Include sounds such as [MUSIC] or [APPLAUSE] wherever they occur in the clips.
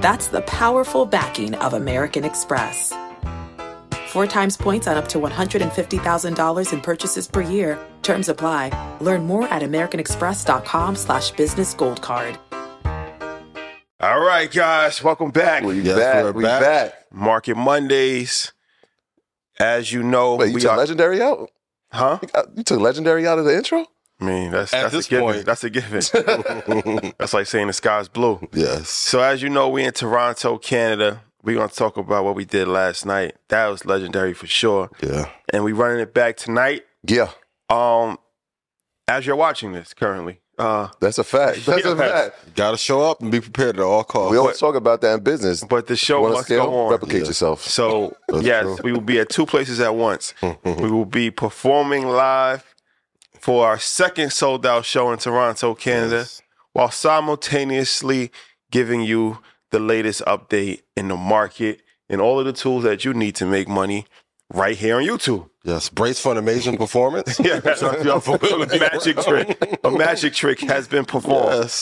That's the powerful backing of American Express. Four times points on up to $150,000 in purchases per year. Terms apply. Learn more at americanexpress.com slash business gold card. All right, guys, welcome back. We Yes, back, we back. Market Mondays. As you know, Wait, you we took are. legendary out? huh? You took legendary out of the intro? I mean, that's that's At this a given. point. That's a [LAUGHS] given. that's like saying the sky's blue. Yes. So as you know, we in Toronto, Canada. We're gonna talk about what we did last night. That was legendary for sure. Yeah. And we running it back tonight. Yeah. Um, as you're watching this currently, uh, That's [LAUGHS] a fact. That's a Yes. fact. Got to show up and be prepared at all costs. We always talk about that in business. but the You show wanna must scale? go on. Replicate yourself. So That's yes, true. we will be at two places at once. we will be performing live for our second sold out show in Toronto, Canada, Yes. while simultaneously giving you the latest update in the market and all of the tools that you need to make money right here on YouTube. [LAUGHS] Yes, brace for [LAUGHS] an amazing performance. Yeah, that's Some of y'all familiar. a magic trick. A magic trick has been performed. Yes.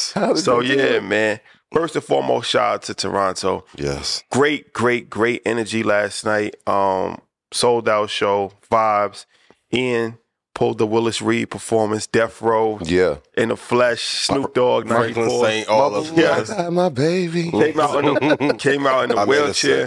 So they do yeah, it? man. First and foremost, shout out to Toronto Yes. great, great, great energy last night. Um, sold out show vibes. Ian pulled the Willis Reed performance, Death Row Yeah. in the flesh, Snoop Dogg ninety Franklin four oh. Saint, all of Yeah. I got my [LAUGHS] baby. came out in the came out in the I'm wheelchair.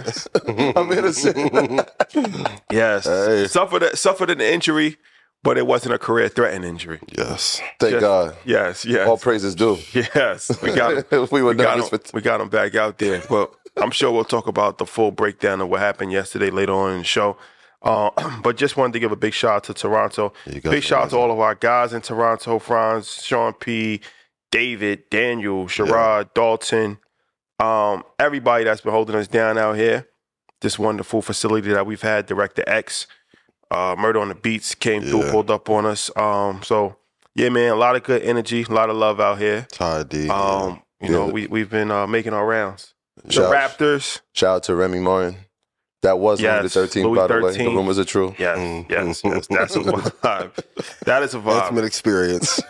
[LAUGHS] innocent. I'm innocent. Yes, Hey. suffered a, suffered an injury, but it wasn't a career threatening injury. yes. [LAUGHS] Thank Yes. God. Yes, yes, All praises due. yes. We [LAUGHS] got him. we were we got him. nervous for t- we got him back out there. But I'm sure we'll talk about the full breakdown of what happened yesterday later on in the show. Uh, [CLEARS THROAT] but just wanted to give a big shout out to Toronto. You guys Big shout out to amazing. all of our guys in Toronto: Franz, Sean P, David, Daniel, Sherrod, Dalton, um, everybody that's been holding us down out here. This wonderful facility that we've had, Director X, uh, Murder on the Beats came through, Yeah. pulled up on us. Um, so yeah, man, a lot of good energy, a lot of love out here. Ty D. Um, you Yeah. know, we we've been uh, making our rounds. The Shout- Raptors, Shout out to Remy Martin. That was Yes. number 13, Louis by the way. 13. The rumors are true. yes, Mm. yes, yes, that's a vibe. That is a ultimate vibe. experience.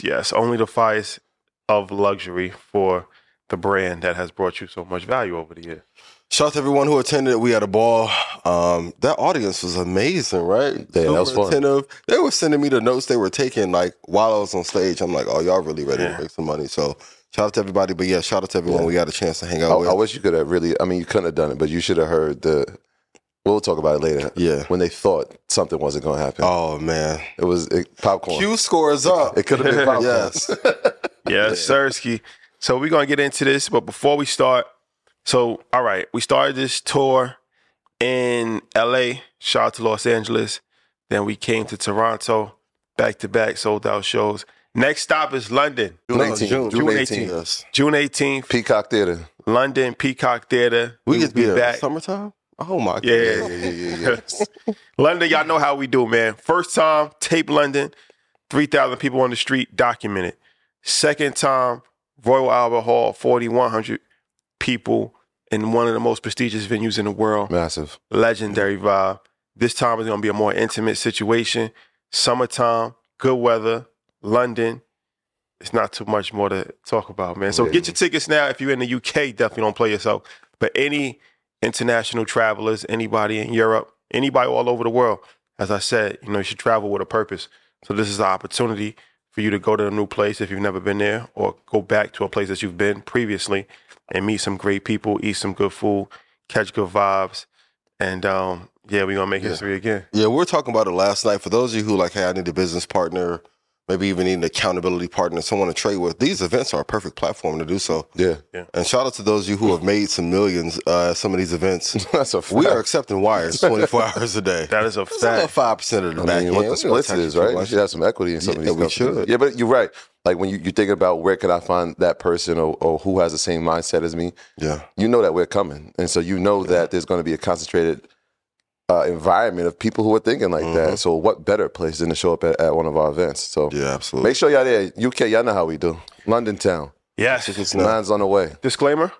Yes, yes, only the fires of luxury for the brand that has brought you so much value over the years. Shout out to everyone who attended. We had a ball. Um, that audience was amazing, right? Yeah, that was Super fun. Attentive. They were sending me the notes they were taking like while I was on stage. I'm like, oh, y'all really ready Yeah. to make some money. So shout out to everybody. But yeah, shout out to everyone we got a chance to hang I, out with. I wish you could have really. I mean, you couldn't have done it, but you should have heard the. We'll talk about it later. Yeah. When they thought something wasn't going to happen, oh man. it was it, popcorn. Q scores up. It could have been popcorn. Yes. Yes, Sirski. So we're gonna get into this, but before we start, so all right, we started this tour in LA, shout out to Los Angeles. Then we came to Toronto, back to back, sold out shows. Next stop is London, No, June, June 18th. 18th. Yes. June 18th, Peacock Theater. London Peacock Theater. We could will be back. Summertime. Oh my. Yeah, yeah, [LAUGHS] God. yeah, yeah, yeah. [LAUGHS] London, y'all know how we do, man. First time, tape London, 3,000 people on the street, documented. Second time, Royal Albert Hall, 4,100 people in one of the most prestigious venues in the world. Massive. Legendary vibe. This time is going to be a more intimate situation. Summertime, good weather, London. It's not too much more to talk about, man. So get your tickets now. If you're in the UK, definitely don't play yourself. But any international travelers, anybody in Europe, anybody all over the world, as I said, you know, you should travel with a purpose. So this is an opportunity for you to go to a new place if you've never been there, or go back to a place that you've been previously and meet some great people, eat some good food, catch good vibes, and um, yeah, we're gonna make history again. Yeah, we were talking about it last night. For those of you who like, hey, I need a business partner, maybe even need an accountability partner, someone to trade with. These events are a perfect platform to do so. Yeah. And shout out to those of you who have made some millions uh, at some of these events. [LAUGHS] That's a fact. We are accepting [LAUGHS] wires 24 hours a day. That is a That's fact. about 5% of the I back mean, what end. the We don't splits touch it is, too right? You much. should have some equity in some Yeah, of we these companies. should. Yeah, but you're right. Like when you, you think about where could I find that person or, or who has the same mindset as me, Yeah. you know that we're coming. And so you know that there's going to be a concentrated uh, environment of people who are thinking like that. So what better place than to show up at, at one of our events? So Mm-hmm. Yeah, absolutely. make sure y'all there. UK, y'all know how we do. London town. Yes. Mine's on the way. Disclaimer.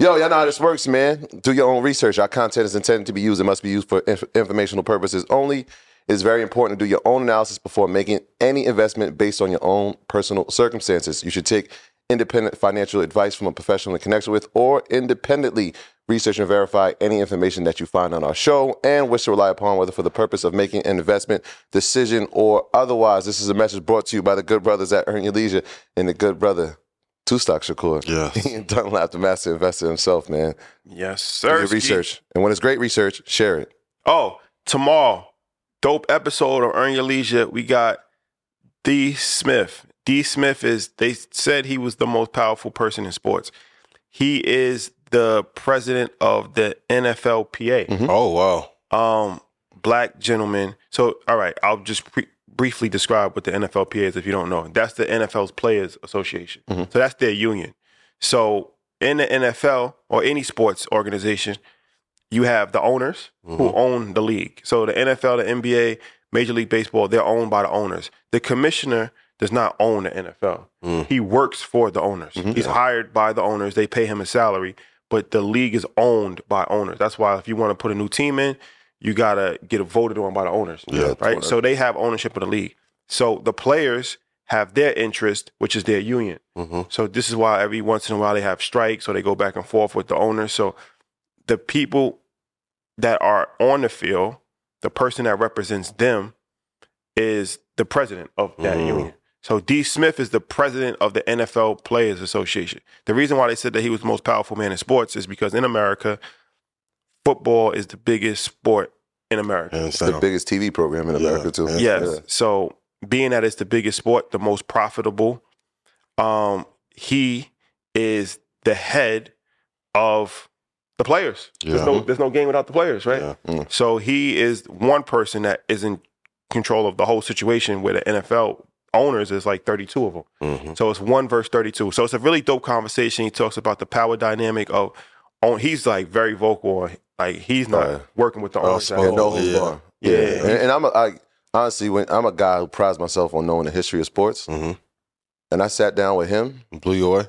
Yo, y'all know how this works, man. Do your own research. Our content is intended to be used and must be used for inf- informational purposes only. It's very important to do your own analysis before making any investment based on your own personal circumstances. You should take independent financial advice from a professional in connection with or independently research and verify any information that you find on our show and wish to rely upon whether for the purpose of making an investment decision or otherwise. This is a message brought to you by the good brothers at Earn Your Leisure and the good brother, Two Stock Shakur. [LAUGHS] Yes. Ian Dunlap, the master investor himself, man. Yes, Do sir. your research. And when it's great research, share it. Oh, tomorrow, dope episode of Earn Your Leisure. We got D. Smith. D. Smith is, they said he was the most powerful person in sports. He is the president of the NFLPA. Hmm? Oh, wow. um black gentlemen so all right i'll just pre- briefly describe what the nflpa is if you don't know that's the nfl's players association so that's their union so in the nfl or any sports organization you have the owners who own the league so the nfl the nba major league baseball they're owned by the owners the commissioner does not own the nfl he works for the owners he's hired by the owners they pay him a salary but the league is owned by owners that's why if you want to put a new team in you gotta get voted on by the owners. Yeah, right. So they have ownership of the league. So the players have their interest, which is their union. Mm-hmm. Mm-hmm. So this is why every once in a while they have strikes or they go back and forth with the owners. So the people that are on the field, the person that represents them, is the president of that union. So D. Smith is the president of the NFL Players Association. The reason why they said that he was the most powerful man in sports is because in America, football is the biggest sport in America. And The so- biggest TV program in Yeah. America, too. Yeah. Yes. So being that it's the biggest sport, the most profitable, um, he is the head of the players. There's Yeah. no there's no game without the players, right? Yeah. Mm. So he is one person that is in control of the whole situation where the NFL owners is like 32 of them. Mm-hmm. So it's one verse 32. So it's a really dope conversation. He talks about the power dynamic of on he's like very vocal on like he's not Right. working with the Oh, owners. at smoke. And all. no holds Yeah. barred. Yeah. And, and I'm a, I, honestly, when I'm a guy who prides myself on knowing the history of sports. Mhm. And I sat down with him. Blew you away?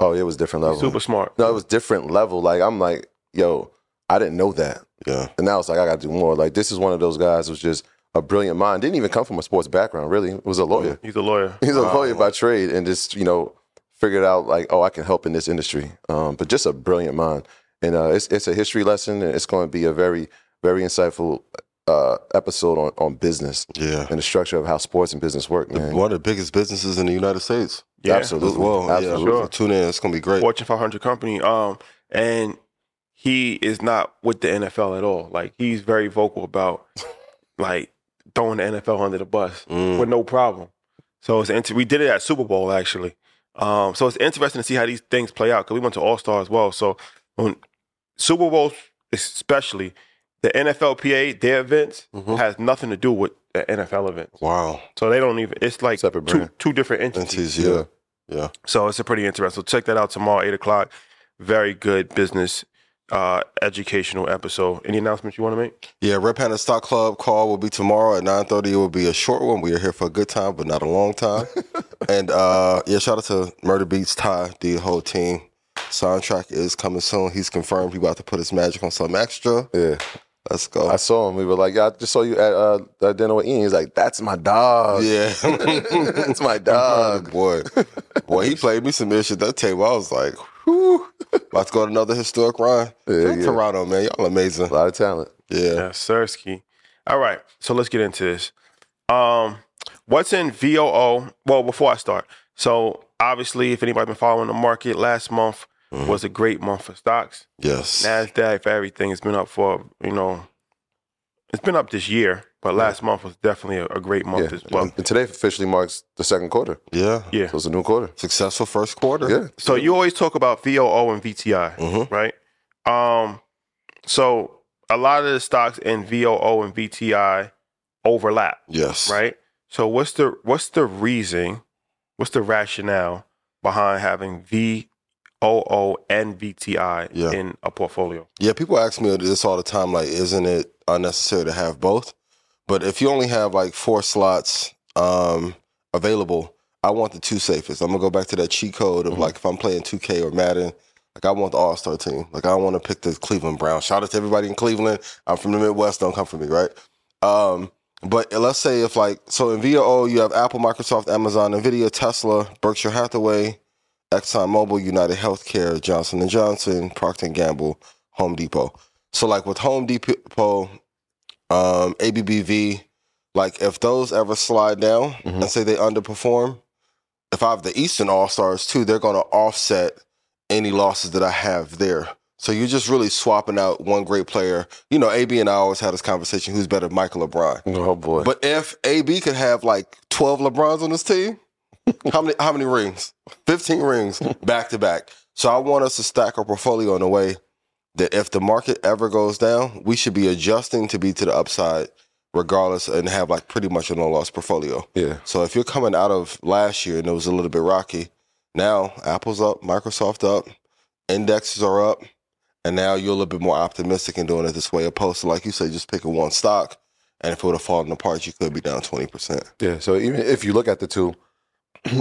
Oh, it was different level. Super smart. no, it was different level. Like I'm like, yo, I didn't know that. Yeah. And now it's like I got to do more. Like this is one of those guys who's just a brilliant mind. Didn't even come from a sports background. Really, was a lawyer. He's a lawyer. He's a lawyer by trade, Um, and just you know figured out like, oh, I can help in this industry. Um, but just a brilliant mind. and uh, it's it's a history lesson, and it's going to be a very very insightful uh, episode on on business Yeah. and the structure of how sports and business work, man. One of the biggest businesses in the United States. Yeah. Absolutely. As well. Absolutely. Yeah. Tune in. It's going to be great. Fortune 500 company. Um, and he is not with the NFL at all. Like he's very vocal about like throwing the NFL under the bus Mm. with no problem. So it's inter- we did it at Super Bowl actually. Um, so it's interesting to see how these things play out because we went to All Star as well. So on Super Bowl especially, the NFLPA their events Mm-hmm. Mhm. has nothing to do with the NFL events. Wow. So they don't even. It's like Separate two brand. two different entities. Entities, yeah. Yeah. So it's a pretty interesting. So check that out tomorrow, eight o'clock. Very good business, uh, educational episode. Any announcements you want to make? Yeah, Red Panda Stock Club call will be tomorrow at 9.30. It will be a short one. We are here for a good time, but not a long [LAUGHS] time. and uh, yeah, shout out to Murder Beats, Ty, the whole team. Soundtrack is coming soon. He's confirmed he about to put his magic on something extra. Yeah, Let's go. I saw him. We were like, "Yeah, I just saw you at uh, at dinner with Ian." He's like, "That's my dog. yeah. [LAUGHS] That's my dog." boy. Boy, he played me some ish at that table. I was like, whew. About to go on another historic run. Yeah, yeah. Toronto, man. Y'all amazing. A lot of talent. Yeah. Yeah, Sersky. All right, so let's get into this. Um, what's in VOO? Well, before I start, so obviously, if anybody been following the market, last month Mm-hmm. was a great month for stocks. Yes. Nasdaq for everything. It's been up for you know, it's been up this year, but last month was definitely a, a great month Yeah. as well. and today officially marks the second quarter. Yeah. Yeah. So it's a new quarter. Successful first quarter. Yeah. So you always talk about VOO and VTI, Mhm. right? Um, so a lot of the stocks in VOO and VTI overlap, Yes. right? So what's the what's the reason, what's the rationale behind having VOO and VTI Yeah. in a portfolio? [LAUGHS] Yeah, people ask me this all the time. Like, isn't it unnecessary to have both? But if you only have like four slots um, available, I want the two safest. I'm gonna go back to that cheat code of like if I'm playing 2K or Madden, like I want the All Star team. Like I want to pick the Cleveland Browns. Shout out to everybody in Cleveland. I'm from the Midwest. Don't come for me, right? Um, but let's say if like so in VOO you have Apple, Microsoft, Amazon, Nvidia, Tesla, Berkshire Hathaway, ExxonMobil, United Healthcare, Johnson and Johnson, Procter and Gamble, Home Depot. So like with Home Depot, um, ABBV, like if those ever slide down and say they underperform, if I have the Eastern All Stars too, they're going to offset any losses that I have there. So you're just really swapping out one great player. You know, AB and I always had this conversation: who's better, Michael or LeBron? Oh boy. But if AB could have like 12 LeBrons on his team, how many how many rings? 15 rings back to back. So I want us to stack our portfolio in a way that if the market ever goes down, we should be adjusting to be to the upside regardless and have like pretty much a no loss portfolio. yeah. So if you're coming out of last year and it was a little bit rocky, now Apple's up, Microsoft up, indexes are up, and now you're a little bit more optimistic in doing it this way, opposed to like you say, just picking one stock. And if it would have fallen apart, you could be down twenty percent. Yeah. So even if you look at the two, [CLEARS THROAT]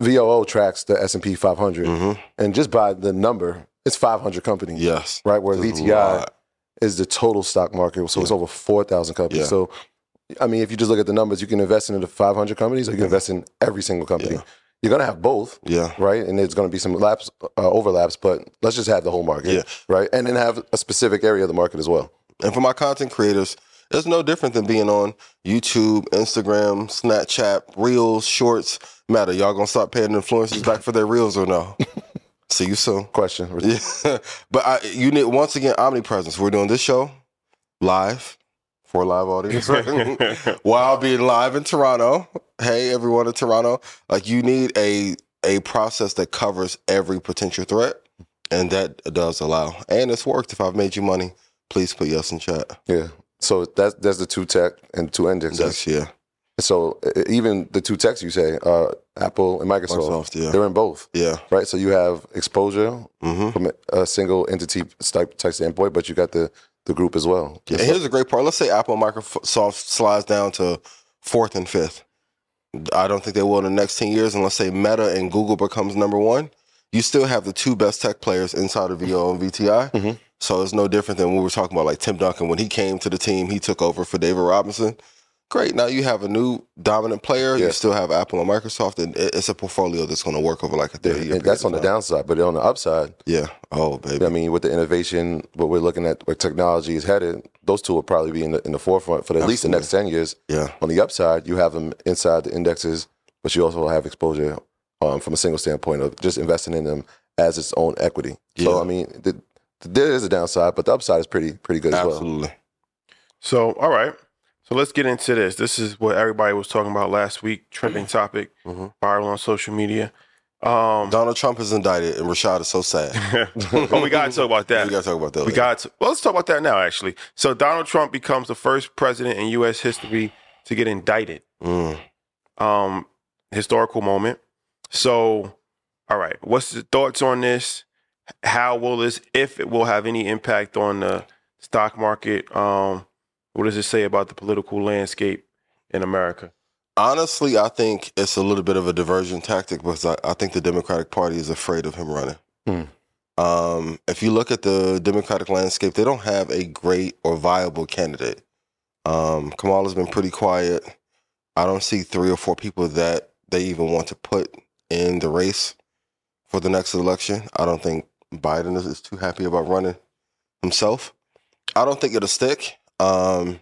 VOO tracks the S and P 500, Mm-hmm. and just by the number, it's 500 companies, Yes. right? Where There's a VTI lot. is the total stock market, so it's over 4,000 companies. Yeah. So, I mean, if you just look at the numbers, you can invest into the 500 companies, or you can invest in every single company. Mm-hmm. Yeah. You're gonna have both. Yeah. right? And there's going to be some laps, uh, overlaps, but let's just have the whole market, Yeah. right? And then have a specific area of the market as well. And for my content creators, it's no different than being on YouTube, Instagram, Snapchat, Reels, Shorts. Matter, y'all gonna start paying influencers back for their reels or no? See you soon. Question. Yeah. [LAUGHS] but I, you need once again omnipresence. We're doing this show live for a [LAUGHS] live audience [LAUGHS] while being live in Toronto. Hey, everyone in Toronto! Like you need a a process that covers every potential threat, and that does allow. And it's worked. If I've made you money, please put yes in chat. Yeah. So that's that's the two tech and two indexes. Next year, So uh, even the two techs you say are Apple and Microsoft. Microsoft, yeah. They're in both, yeah. right? So you have exposure hmm from a single entity type, type standpoint, but you got the the group as well. And here's a great part. Let's say Apple and Microsoft slides down to fourth and fifth. I don't think they will in the next 10 years. And let's say Meta and Google becomes number one. You still have the two best tech players inside of VO and VTI. Mhm. So it's no different than what we were talking about, like Tim Duncan. When he came to the team, he took over for David Robinson. Great. Now you have a new dominant player. Yeah. You still have Apple and Microsoft, and it- it's a portfolio that's going to work over like a thirty year. And that's on the period downside, but on the upside, of time. Yeah. Oh, baby. I mean, with the innovation, what we're looking at, where technology is headed, those two will probably be in the, in the forefront for at least the next ten years. Yeah. On the upside, you have them inside the indexes, but you also have exposure um, from a single standpoint of just investing in them as its own equity. Yeah. So I mean, the, there is a downside, but the upside is pretty pretty good as well. Absolutely. So, all right. So let's get into this. This is what everybody was talking about last week, trending topic, Mhm. viral on social media. Um, [LAUGHS] Donald Trump is indicted, and Rashad is so sad. but we got to talk about that. We gotta talk about that. We later. got to, well, let's talk about that now, actually. So Donald Trump becomes the first president in U.S. history to get indicted. Mm. Um, historical moment. So, all right, what's the thoughts on this? How will this, if it will have any impact on the stock market? Um, what does it say about the political landscape in America? Honestly, I think it's a little bit of a diversion tactic because I, I think the Democratic Party is afraid of him running. Hmm. Um, if you look at the Democratic landscape, they don't have a great or viable candidate. Um, Kamala's been pretty quiet. I don't see three or four people that they even want to put in the race for the next election. I don't think Biden is, is too happy about running himself. I don't think it'll stick. Um,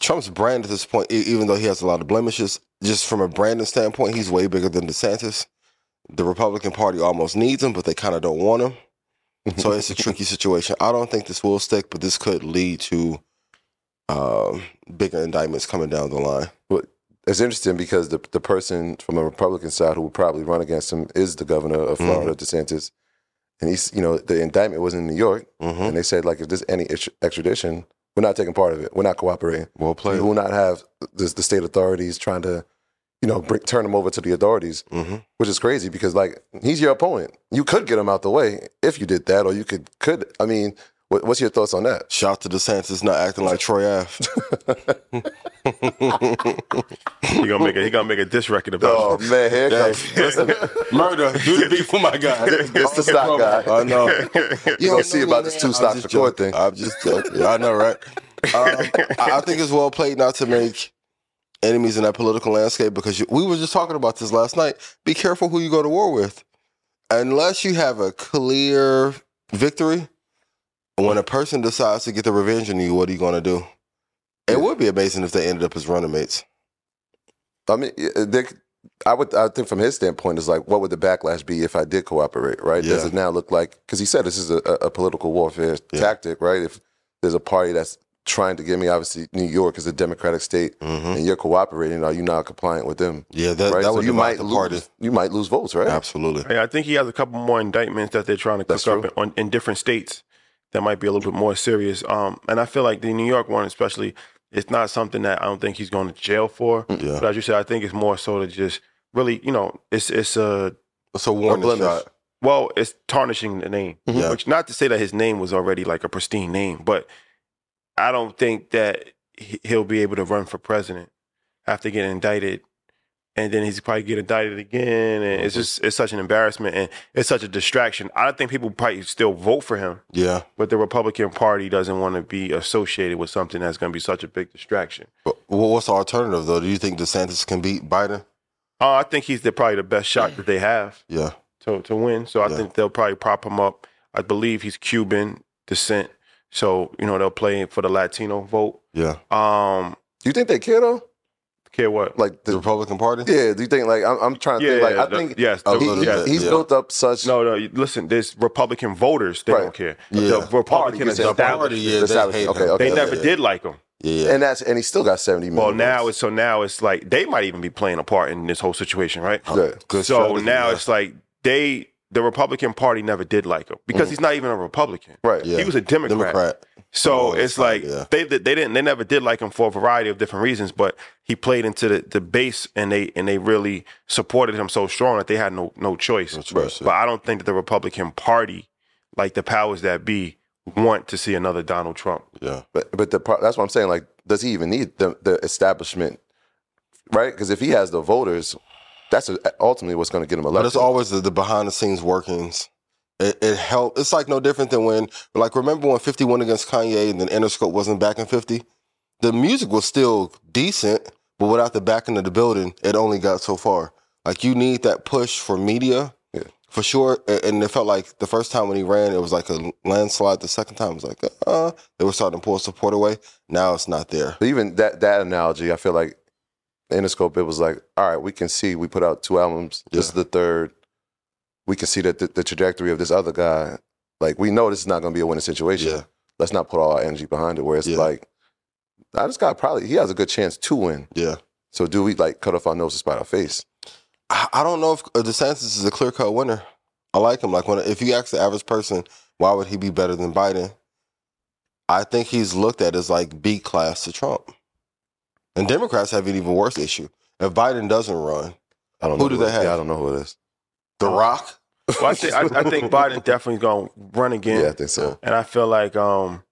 Trump's brand at this point, e- even though he has a lot of blemishes, just from a branding standpoint, he's way bigger than DeSantis. The Republican Party almost needs him, but they kind of don't want [LAUGHS] him. So it's a tricky situation. I don't think this will stick, but this could lead to um, bigger indictments coming down the line. It's interesting because the the person from the Republican side who would probably run against him is the governor of Mm-hmm. Florida, DeSantis, and he's you know the indictment was in New York, Mm-hmm. and they said like if there's any ext- extradition, we're not taking part of it. We're not cooperating. Well We played. will not have the, the state authorities trying to you know bring, turn him over to the authorities, Mm-hmm. which is crazy because like he's your opponent. You could get him out the way if you did that, or you could could I mean, what, what's your thoughts on that? Shout to DeSantis not acting like Troy F. He gonna make a he gonna make a diss record about [LAUGHS] Oh man, here it comes. Listen, [LAUGHS] Murder. Do the beat for my [LAUGHS] guy. It's the stock guy. I [LAUGHS] know. You gonna don't see know about me, this man. two I'm stocks just for court joking. thing. I'm just joking. I know, right? Um, I, I think it's well played not to make enemies in that political landscape because you, we were just talking about this last night. Be careful who you go to war with. Unless you have a clear victory, when a person decides to get the revenge on you, what are you going to do? It would be amazing if they ended up as running mates. I mean, it- it- they, I would. I think from his standpoint is like, what would the backlash be if I did cooperate? Right? Does Yeah. it now look like? Because he said this is a, a a political warfare Yeah. tactic, right? If there's a party that's trying to get me, obviously New York is a democratic state, Mm-hmm. and you're cooperating, are you not compliant with them? Yeah, that, Right? that so would you might the lose. party. You might lose votes, right? Absolutely. Yeah, I think he has a couple more indictments that they're trying to cook That's up on, in different states that might be a little bit more serious. Um, and I feel like the New York one, especially, it's not something that I don't think he's going to jail for. Yeah. But as you said, I think it's more so to just really, you know, it's it's a It's a warning blemish. shot. well, it's tarnishing the name. Yeah. Which not to say that his name was already like a pristine name, but I don't think that he- he'll be able to run for president after getting indicted. And then he's probably get indicted again, and it's just it's such an embarrassment and it's such a distraction. I don't think people probably still vote for him, Yeah. but the Republican Party doesn't want to be associated with something that's going to be such a big distraction. But Well, what's the alternative though? Do you think DeSantis can beat Biden? Uh, I think he's the, probably the best shot that they have. Yeah. to to win. So I Yeah. think they'll probably prop him up. I believe he's Cuban descent, so you know they'll play for the Latino vote. Yeah. Um, Do you think they care though? care what? Like, The the, Republican Party? [LAUGHS] yeah. Do you think like I'm, I'm trying to yeah, think? Like, I the- think yes, a the- little he, yes. bit. he's yeah. built up such. No, no. you- Listen, there's Republican voters. They Right. don't care. Yeah. The Republican you is said the party, party. yeah, The they Sabbath- hate okay, him. okay, They Yeah, never yeah. did like him. Yeah. And that's and he still got seventy million. Well, now votes. it's so now it's like they might even be playing a part in this whole situation, right? Yeah. Good so strategy, now yeah. it's like they, the Republican Party, never did like him because he's not even a Republican. right. Mm-hmm. Yeah. He was a Democrat. So Oh, it's that's right, like yeah. they they didn't they never did like him for a variety of different reasons, but he played into the, the base and they and they really supported him so strong that they had no no choice. No choice, yeah. But I don't think that the Republican Party, like the powers that be, want to see another Donald Trump. Yeah. But but the part, that's what I'm saying. Like, does he even need the the establishment, right? Because if he has the voters, that's ultimately what's going to get him But elected. it's always the, the behind the scenes workings. It, it helped. It's like no different than when, like, remember when 50 went against Kanye and then Interscope wasn't back in 50? the music was still decent, but without the backing of the building, it only got so far. Like you need that push for media, Yeah. for sure. A- And it felt like the first time when he ran, it was like a landslide. The second time it was like, uh, they were starting to pull support away. Now it's not there. But even that that analogy, I feel like Interscope, it was like, all right, we can see we put out two albums. This is the third. We can see that the, the trajectory of this other guy, like we know this is not going to be a winning situation. Yeah. Let's not put all our energy behind it. Where it's Yeah. like, now this guy probably he has a good chance to win. Yeah. So do we like cut off our nose to spite our face? I I don't know if DeSantis is a clear cut winner. I like him. Like when if you ask the average person, why would he be better than Biden? I think he's looked at as like B class to Trump. And Democrats have an even worse issue. If Biden doesn't run, I don't Who know do it they is. have? Yeah, I don't know who it is. The Rock, Well, I think I, I [LAUGHS] think Biden definitely going to run Yeah, again. I think so. And I feel like um,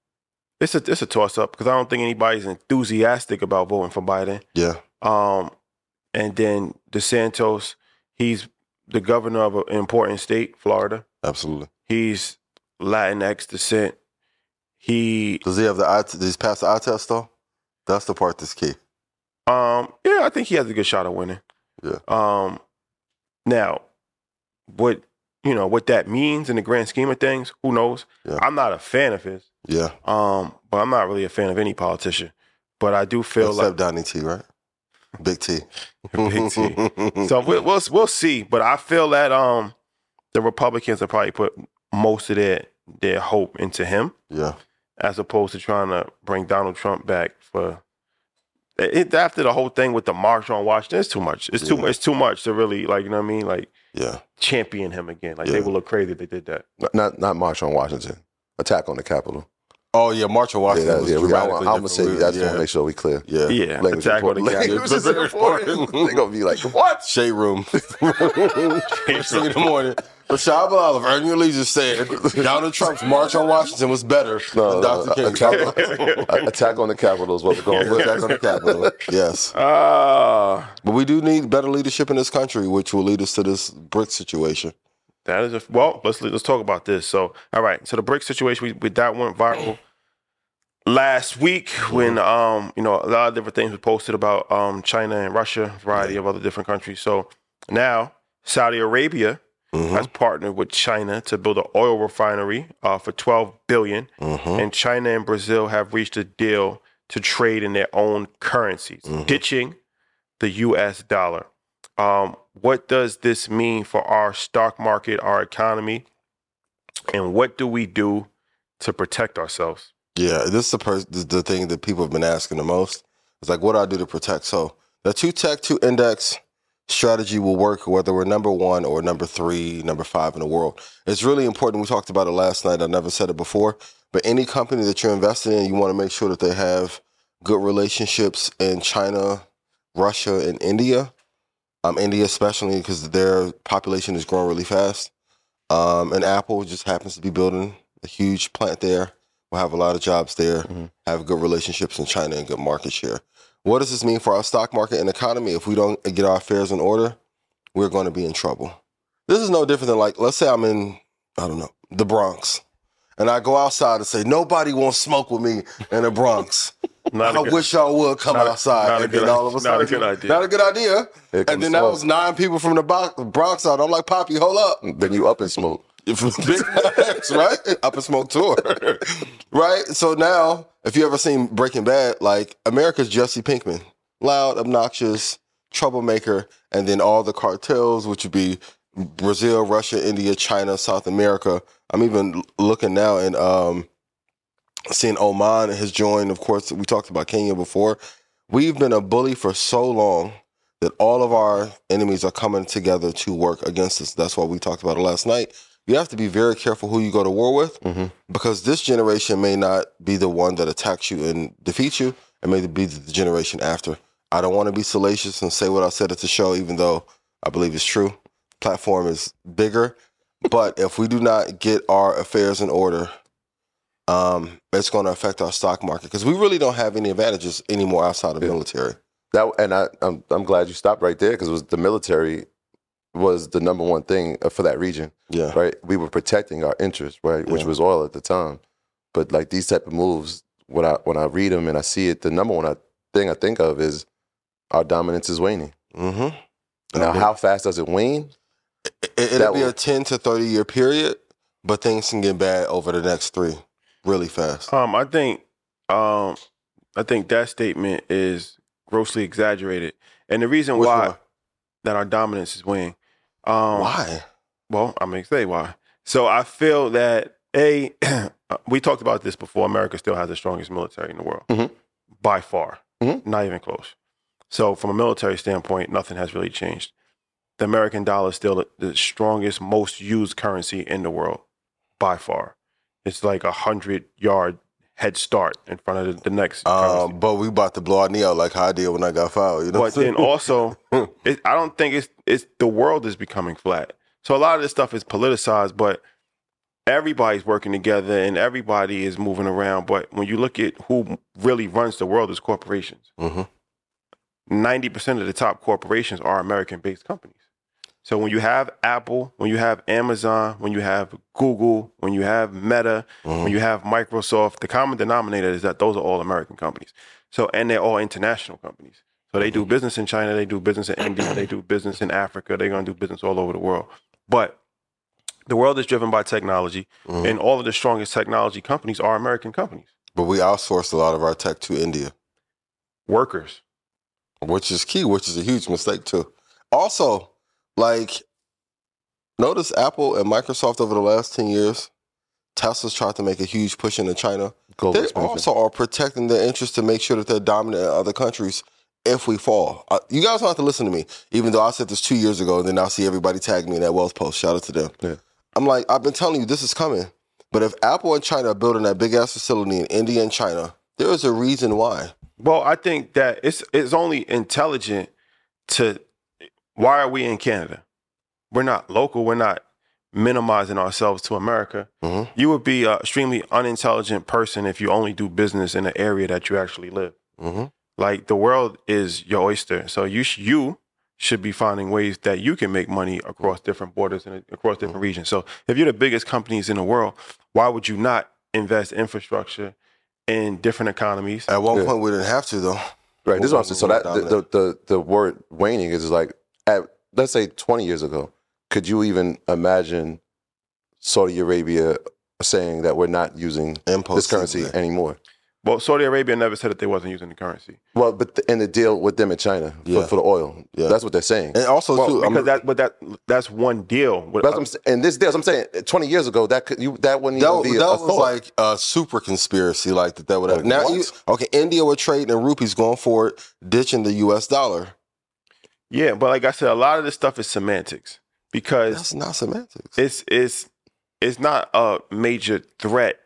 it's a it's a toss up because I don't think anybody's enthusiastic about voting for Biden. yeah, Um, and then DeSantos, he's the governor of an important state, Florida. absolutely. He's Latinx descent. He Does he have the eye? T- he's passed the eye test though. That's the part that's key. Um, yeah, I think he has a good shot at winning. Yeah. Um, now, what you know what that means in the grand scheme of things? Who knows? Yeah. I'm not a fan of his. Yeah, Um, but I'm not really a fan of any politician. But I do feel except Donnie T, right? Big T, [LAUGHS] Big Mm. like so we'll, we'll we'll see. But I feel that um, the Republicans have probably put most of their their hope into him [LAUGHS] yeah, as opposed to trying to bring Donald Trump back for it, after the whole thing with the march on Washington. It's too much. It's too Yeah. it's too much to really like. You know what I mean? Like yeah. champion him again. Like Yeah. they would look crazy if they did that. Not- Not not March on Washington. Attack on the Capitol. Oh yeah, March on Washington yeah, that- was yeah, we- I, dramatically want- I want to say. different. I just yeah. want to make sure we clear. yeah, Yeah, Language attack on the important. Capitol. [LAUGHS] Language is important. They're gonna be like, what? [LAUGHS] Shade room. First thing in the morning. Rashad Olive, earn your leisure, said Donald Trump's march on Washington was better No, than no, Dr. King's. attack, on, attack on the Capitol is what we're going with. Attack on the Capitol. Yes. Ah, But we do need better leadership in this country, which will lead us to this brick situation. that is a well. Let's let's talk about this. So, all right. So the brick situation we, with that went viral last week when um you know a lot of different things were posted about um China and Russia, variety of other different countries. So now Saudi Arabia has partnered with China to build an oil refinery uh, for 12 billion, Mm-hmm. and China and Brazil have reached a deal to trade in their own currencies, Mm-hmm. ditching the U.S. dollar. Um, what does this mean for our stock market, our economy, and what do we do to protect ourselves? Yeah, this is the, pers- the the thing that people have been asking the most. It's like, what do I do to protect? So the two tech two index strategy will work whether we're number one or number three, number five in the world. It's really important. We talked about it last night. I never said it before, but any company that you're investing in, you want to make sure that they have good relationships in China, Russia, and India. Um, India especially because their population is growing really fast. Um, and Apple just happens to be building a huge plant there. We'll have a lot of jobs there, have good relationships in China and good market share. What does this mean for our stock market and economy? If we don't get our affairs in order, we're going to be in trouble. This is no different than like, let's say I'm in, I don't know, the Bronx. And I go outside and say, nobody won't smoke with me in the Bronx. Not I a good- wish y'all would come not a- not outside. a and then good all of a idea. Not sudden, a good idea. Not a good idea. Here comes And then that smoke. was nine people from the Bo- Bronx out. I'm like, Poppy, hold up. Then you up and smoke. If it's [LAUGHS] big facts, right? Up and smoke tour. [LAUGHS] right? So now, if you ever seen Breaking Bad, like America's Jesse Pinkman. Loud, obnoxious, troublemaker, and then all the cartels, which would be Brazil, Russia, India, China, South America. I'm even l- looking now and um seeing Oman has joined, of course, we talked about Kenya before. We've been a bully for so long that all of our enemies are coming together to work against us. That's why we talked about it last night. You have to be very careful who you go to war with because this generation may not be the one that attacks you and defeats you. It may be the generation after. I don't want to be salacious and say what I said at the show, even though I believe it's true. Platform is bigger. but if we do not get our affairs in order, um, it's going to affect our stock market because we really don't have any advantages anymore outside of military. That and I, I'm I'm glad you stopped right there because it was the military was the number one thing uh, for that region. Yeah. Right, we were protecting our interests, right, which Yeah. was oil at the time. But like these type of moves when I when I read them and I see it, the number one I, thing I think of is our dominance is waning. Mm-hmm. Now, how fast does it wane? It, that it'll be will- a ten to thirty year period, but things can get bad over the next three, really fast. Um, I think, um, I think that statement is grossly exaggerated, and the reason Which why one? that our dominance is winning. Um, Why? Well, I'm gonna say why. So I feel that a [CLEARS THROAT] we talked about this before. America still has the strongest military in the world Mhm. by far, Mhm. not even close. So from a military standpoint, nothing has really changed. The American dollar is still the strongest, most used currency in the world by far. It's like a hundred yard head start in front of the, the next. currency. Um, but we about to blow our knee out like how I did when I got fouled. You know, But what I'm then saying? also, [LAUGHS] it, I don't think it's it's the world is becoming flat. So a lot of this stuff is politicized, but everybody's working together and everybody is moving around. But when you look at who really runs the world, is corporations. Mhm. Ninety percent of the top corporations are American-based companies. So when you have Apple, when you have Amazon, when you have Google, when you have Meta, Mm-hmm. when you have Microsoft, the common denominator is that those are all American companies. So and they're all international companies. So they do business in China, they do business in India, they do business in Africa, they're gonna do business all over the world. But the world is driven by technology, and all of the strongest technology companies are American companies. but we outsourced a lot of our tech to India, Workers. which is key, which is a huge mistake too. Also, like, notice Apple and Microsoft over the last ten years, Tesla's tried to make a huge push into China. Global They expansion. also are protecting their interests to make sure that they're dominant in other countries if we fall. Uh, you guys don't have to listen to me, even though I said this two years ago, and then I see everybody tag me in that wealth post. Shout out to them. Yeah. I'm like, I've been telling you this is coming. But if Apple and China are building that big ass facility in India and China, there is a reason why. Well, I think that it's it's only intelligent to why are we in Canada? We're not local. We're not minimizing ourselves to America. Mhm. You would be an extremely unintelligent person if you only do business in the area that you actually live. Mhm. Like the world is your oyster, so you sh- you should be finding ways that you can make money across different borders and across different regions. So if you're the biggest companies in the world, why would you not invest infrastructure in different economies? At one Yeah. point, we didn't have to though. Right. This is what I'm saying. So that Dominant. the, the the word waning is like at let's say 20 years ago, could you even imagine Saudi Arabia saying that we're not using Impulse this currency season. anymore? Well, Saudi Arabia never said that they wasn't using the currency. Well, but the, and the deal with them in China for, Yeah. for the oil. Yeah. That's what they're saying. And also, Well, too, I'm- because that, but that that's one deal. With, uh, That's what I'm, s- and this deal, I'm saying 20 years ago, that could you that wouldn't that, even be that a was thought. like a super conspiracy, like that. That would happen. Like, now, what? you, okay, India were trading in rupees going forward, ditching the U.S. dollar. yeah, but like I said, a lot of this stuff is semantics because That's not semantics. it's it's it's not a major threat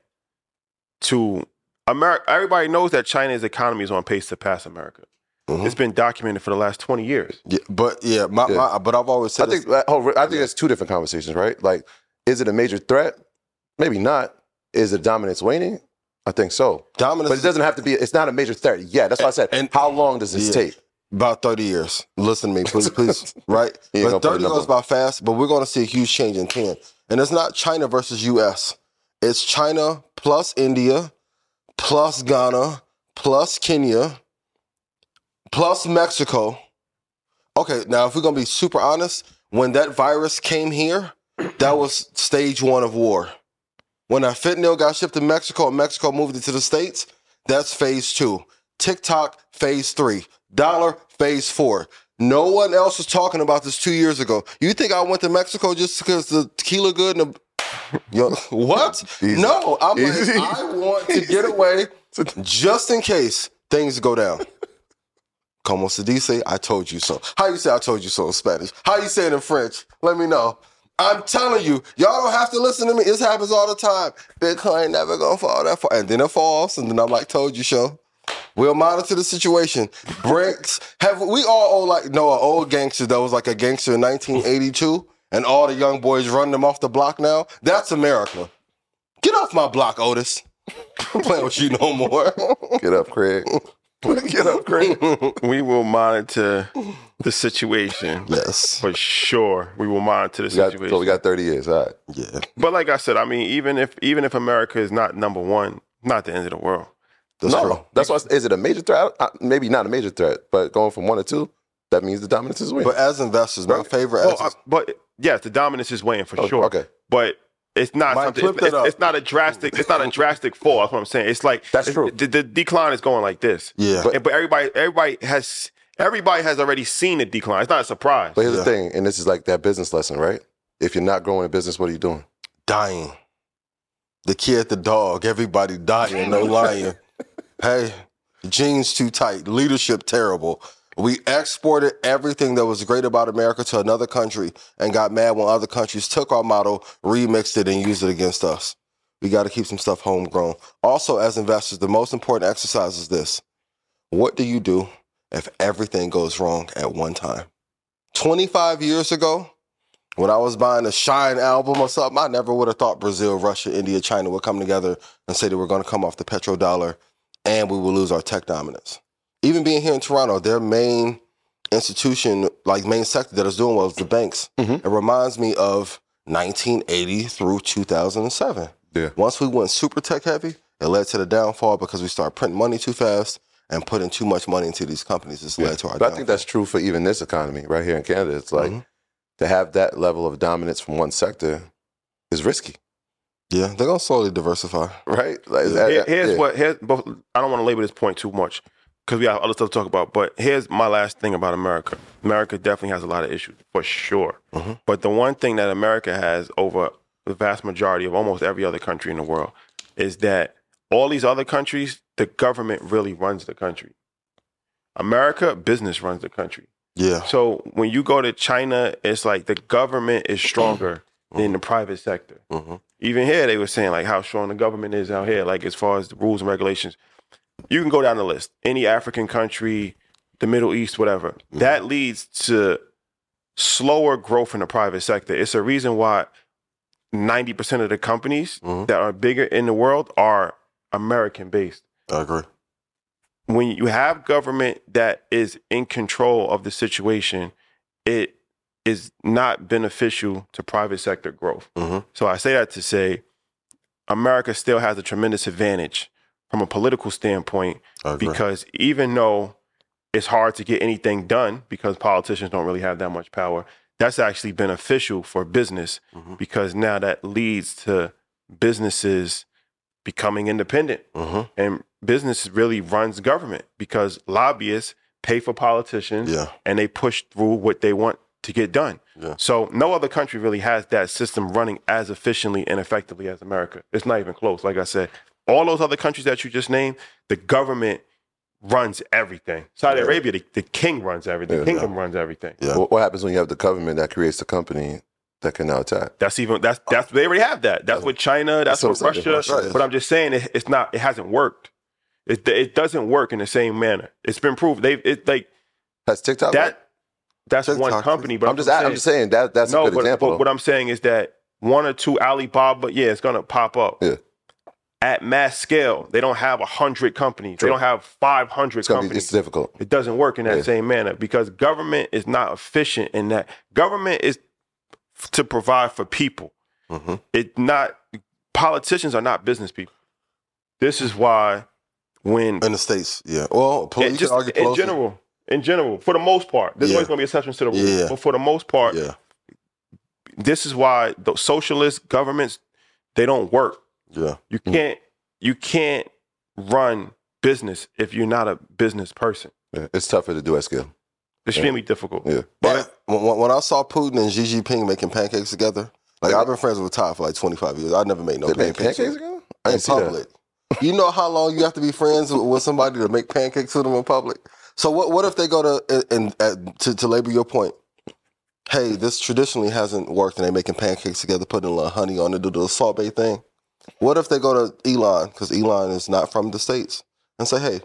to America. Everybody knows that China's economy is on pace to pass America. Mm-hmm. Mhm. It's been documented for the last twenty years. Yeah, but yeah, my, Yeah. my but I've always I said think this- that- oh, I think that's two different conversations, right? Like, is it a major threat? Maybe not. Is the dominance waning? I think so. dominance But it doesn't have to be. It's not a major threat. Yeah, that's why I said. And- how long does this Yeah. take? about thirty years. Listen to me, please, please. [LAUGHS] right? You ain't gonna But put a thirty number goes on by fast, but we're going to see a huge change in ten. And it's not China versus U.S. It's China plus India, plus Ghana, plus Kenya, plus Mexico. Okay, now if we're going to be super honest, when that virus came here, that was stage one of war. When that fentanyl got shipped to Mexico and Mexico moved it to the States, that's phase two. TikTok, phase three. Dollar, phase four. No one else was talking about this two years ago. You think I went to Mexico just because the tequila good and the. [LAUGHS] Yo, what? Easy. No, I'm Easy. like, I want to [LAUGHS] get away just in case things go down. Como se dice, I told you so. How you say I told you so in Spanish? How you say it in French? Let me know. I'm telling you, y'all don't have to listen to me. This happens all the time. Bitcoin never gonna fall that far. And then it falls, and then I'm like, told you so. We'll monitor the situation. Bricks have we all old like no an old gangster that was like a gangster in 1982, and all the young boys run them off the block now. That's America. Get off my block, Otis. [LAUGHS] I'm playing with you no more. Get up, [LAUGHS] Craig. Get up, Craig. [LAUGHS] We will monitor the situation yes. for sure. We will monitor the We got- situation. so we got 30 years. All right. Yeah. But like I said, I mean, even if even if America is not number one, not the end of the world. That's no, true. that's why. Is it a major threat? I- I- maybe not a major threat, but going from one to two, that means the dominance is winning. But as investors, my favorite. Well, as- I- Oh, uh, but yes, the dominance is weighing for Oh, sure. okay. but it's not Mike, something. flip It's, that it's- up. it's not a drastic. It's not a drastic fall. That's what I'm saying. It's like That's it's- true. The, the decline is going like this. yeah. And- but everybody, everybody has, everybody has already seen a decline. It's not a surprise. But here's Yeah. the thing, and this is like that business lesson, right? If you're not growing a business, what are you doing? dying. The kid, the dog, everybody [LAUGHS] dying, no lying. hey, jeans too tight, leadership terrible. We exported everything that was great about America to another country and got mad when other countries took our model, remixed it, and used it against us. We got to keep some stuff homegrown. Also, as investors, the most important exercise is this What do you do if everything goes wrong at one time? 25 years ago, when I was buying a Shine album or something, I never would have thought Brazil, Russia, India, China would come together and say they were going to come off the petrodollar and we will lose our tech dominance. Even being here in Toronto, their main institution, like main sector that is doing well is the banks. Mhm. It reminds me of 1980 through 2007. Yeah. Once we went super tech heavy, it led to the downfall because we started printing money too fast and putting too much money into these companies. This led to our But I think that's true for even this economy right here in Canada. It's like Mhm. to have that level of dominance from one sector is risky, yeah, they're going to slowly diversify. right? Like, Yeah. that- Here- here's yeah. what here's both, I don't want to labor this point too much because we have other stuff to talk about. But here's my last thing about America. America definitely has a lot of issues for sure. Mm-hmm. Mhm. But the one thing that America has over the vast majority of almost every other country in the world is that all these other countries, the government really runs the country. America, business runs the country. Yeah. So when you go to China, it's like the government is stronger than the private sector Mm-hmm. even here they were saying like how strong the government is out here like as far as the rules and regulations you can go down the list any african country the middle east whatever Mm-hmm. that leads to slower growth in the private sector it's a reason why 90% of the companies Mhm. that are bigger in the world are american based I agree. when you have government that is in control of the situation, it is not beneficial to private sector growth. Mhm. So I say that to say America still has a tremendous advantage from a political standpoint I agree. because even though it's hard to get anything done because politicians don't really have that much power, that's actually beneficial for business Mhm. because now that leads to businesses becoming independent Mhm. Uh-huh. and business really runs government because lobbyists pay for politicians Yeah. and they push through what they want to get done. Yeah. So no other country really has that system running as efficiently and effectively as America. It's not even close. Like I said, all those other countries that you just named, the government runs everything. Saudi Yeah. Arabia, the, the king runs everything. Yeah. Kingdom runs everything. Yeah. What, what happens when you have the government that creates the company that can now attack? That's even that's that's they already have that. That's with China. That's, That's what with I'm saying. Russia. Russia is- But I'm just saying it, it's not. It hasn't worked. It it doesn't work in the same manner. It's been proved. They it like That's TikTok. right? that. That's one TikTok. company. But I'm just I'm just saying that that's a no. good But, example. but what though. I'm saying is that one or two Alibaba. Yeah, it's gonna pop up. Yeah. At mass scale, they don't have hundred companies. They True. don't have five hundred it's gonna be companies it's difficult. it doesn't work in that Yeah. same manner because government is not efficient in that government is f- to provide for people Mhm. it not politicians are not business people this is why when In the states, yeah. Well, poli- it you just- can argue in Pelosi. general in general for the most part there's Yeah. always going to be exceptions to the rule Yeah. but for the most part Yeah, this is why the socialist governments they don't work yeah, Mm. you can't you can't run business if you're not a business person Yeah, It's tougher to do at scale. extremely difficult Yeah. But when, when- when I saw Putin and Xi Jinping making pancakes together, like I've been friends with Ty for like 25 years. I never made no They made pancakes, pancakes again? I in didn't see that. public. You know how long you have to be friends with, with somebody to make pancakes to them in public? So what? What if they go to and, and uh, to, to labor your point? Hey, this traditionally hasn't worked, and they making pancakes together, putting a little honey on it, do the salt bay thing. What if they go to Elon because Elon is not from the states and say, hey,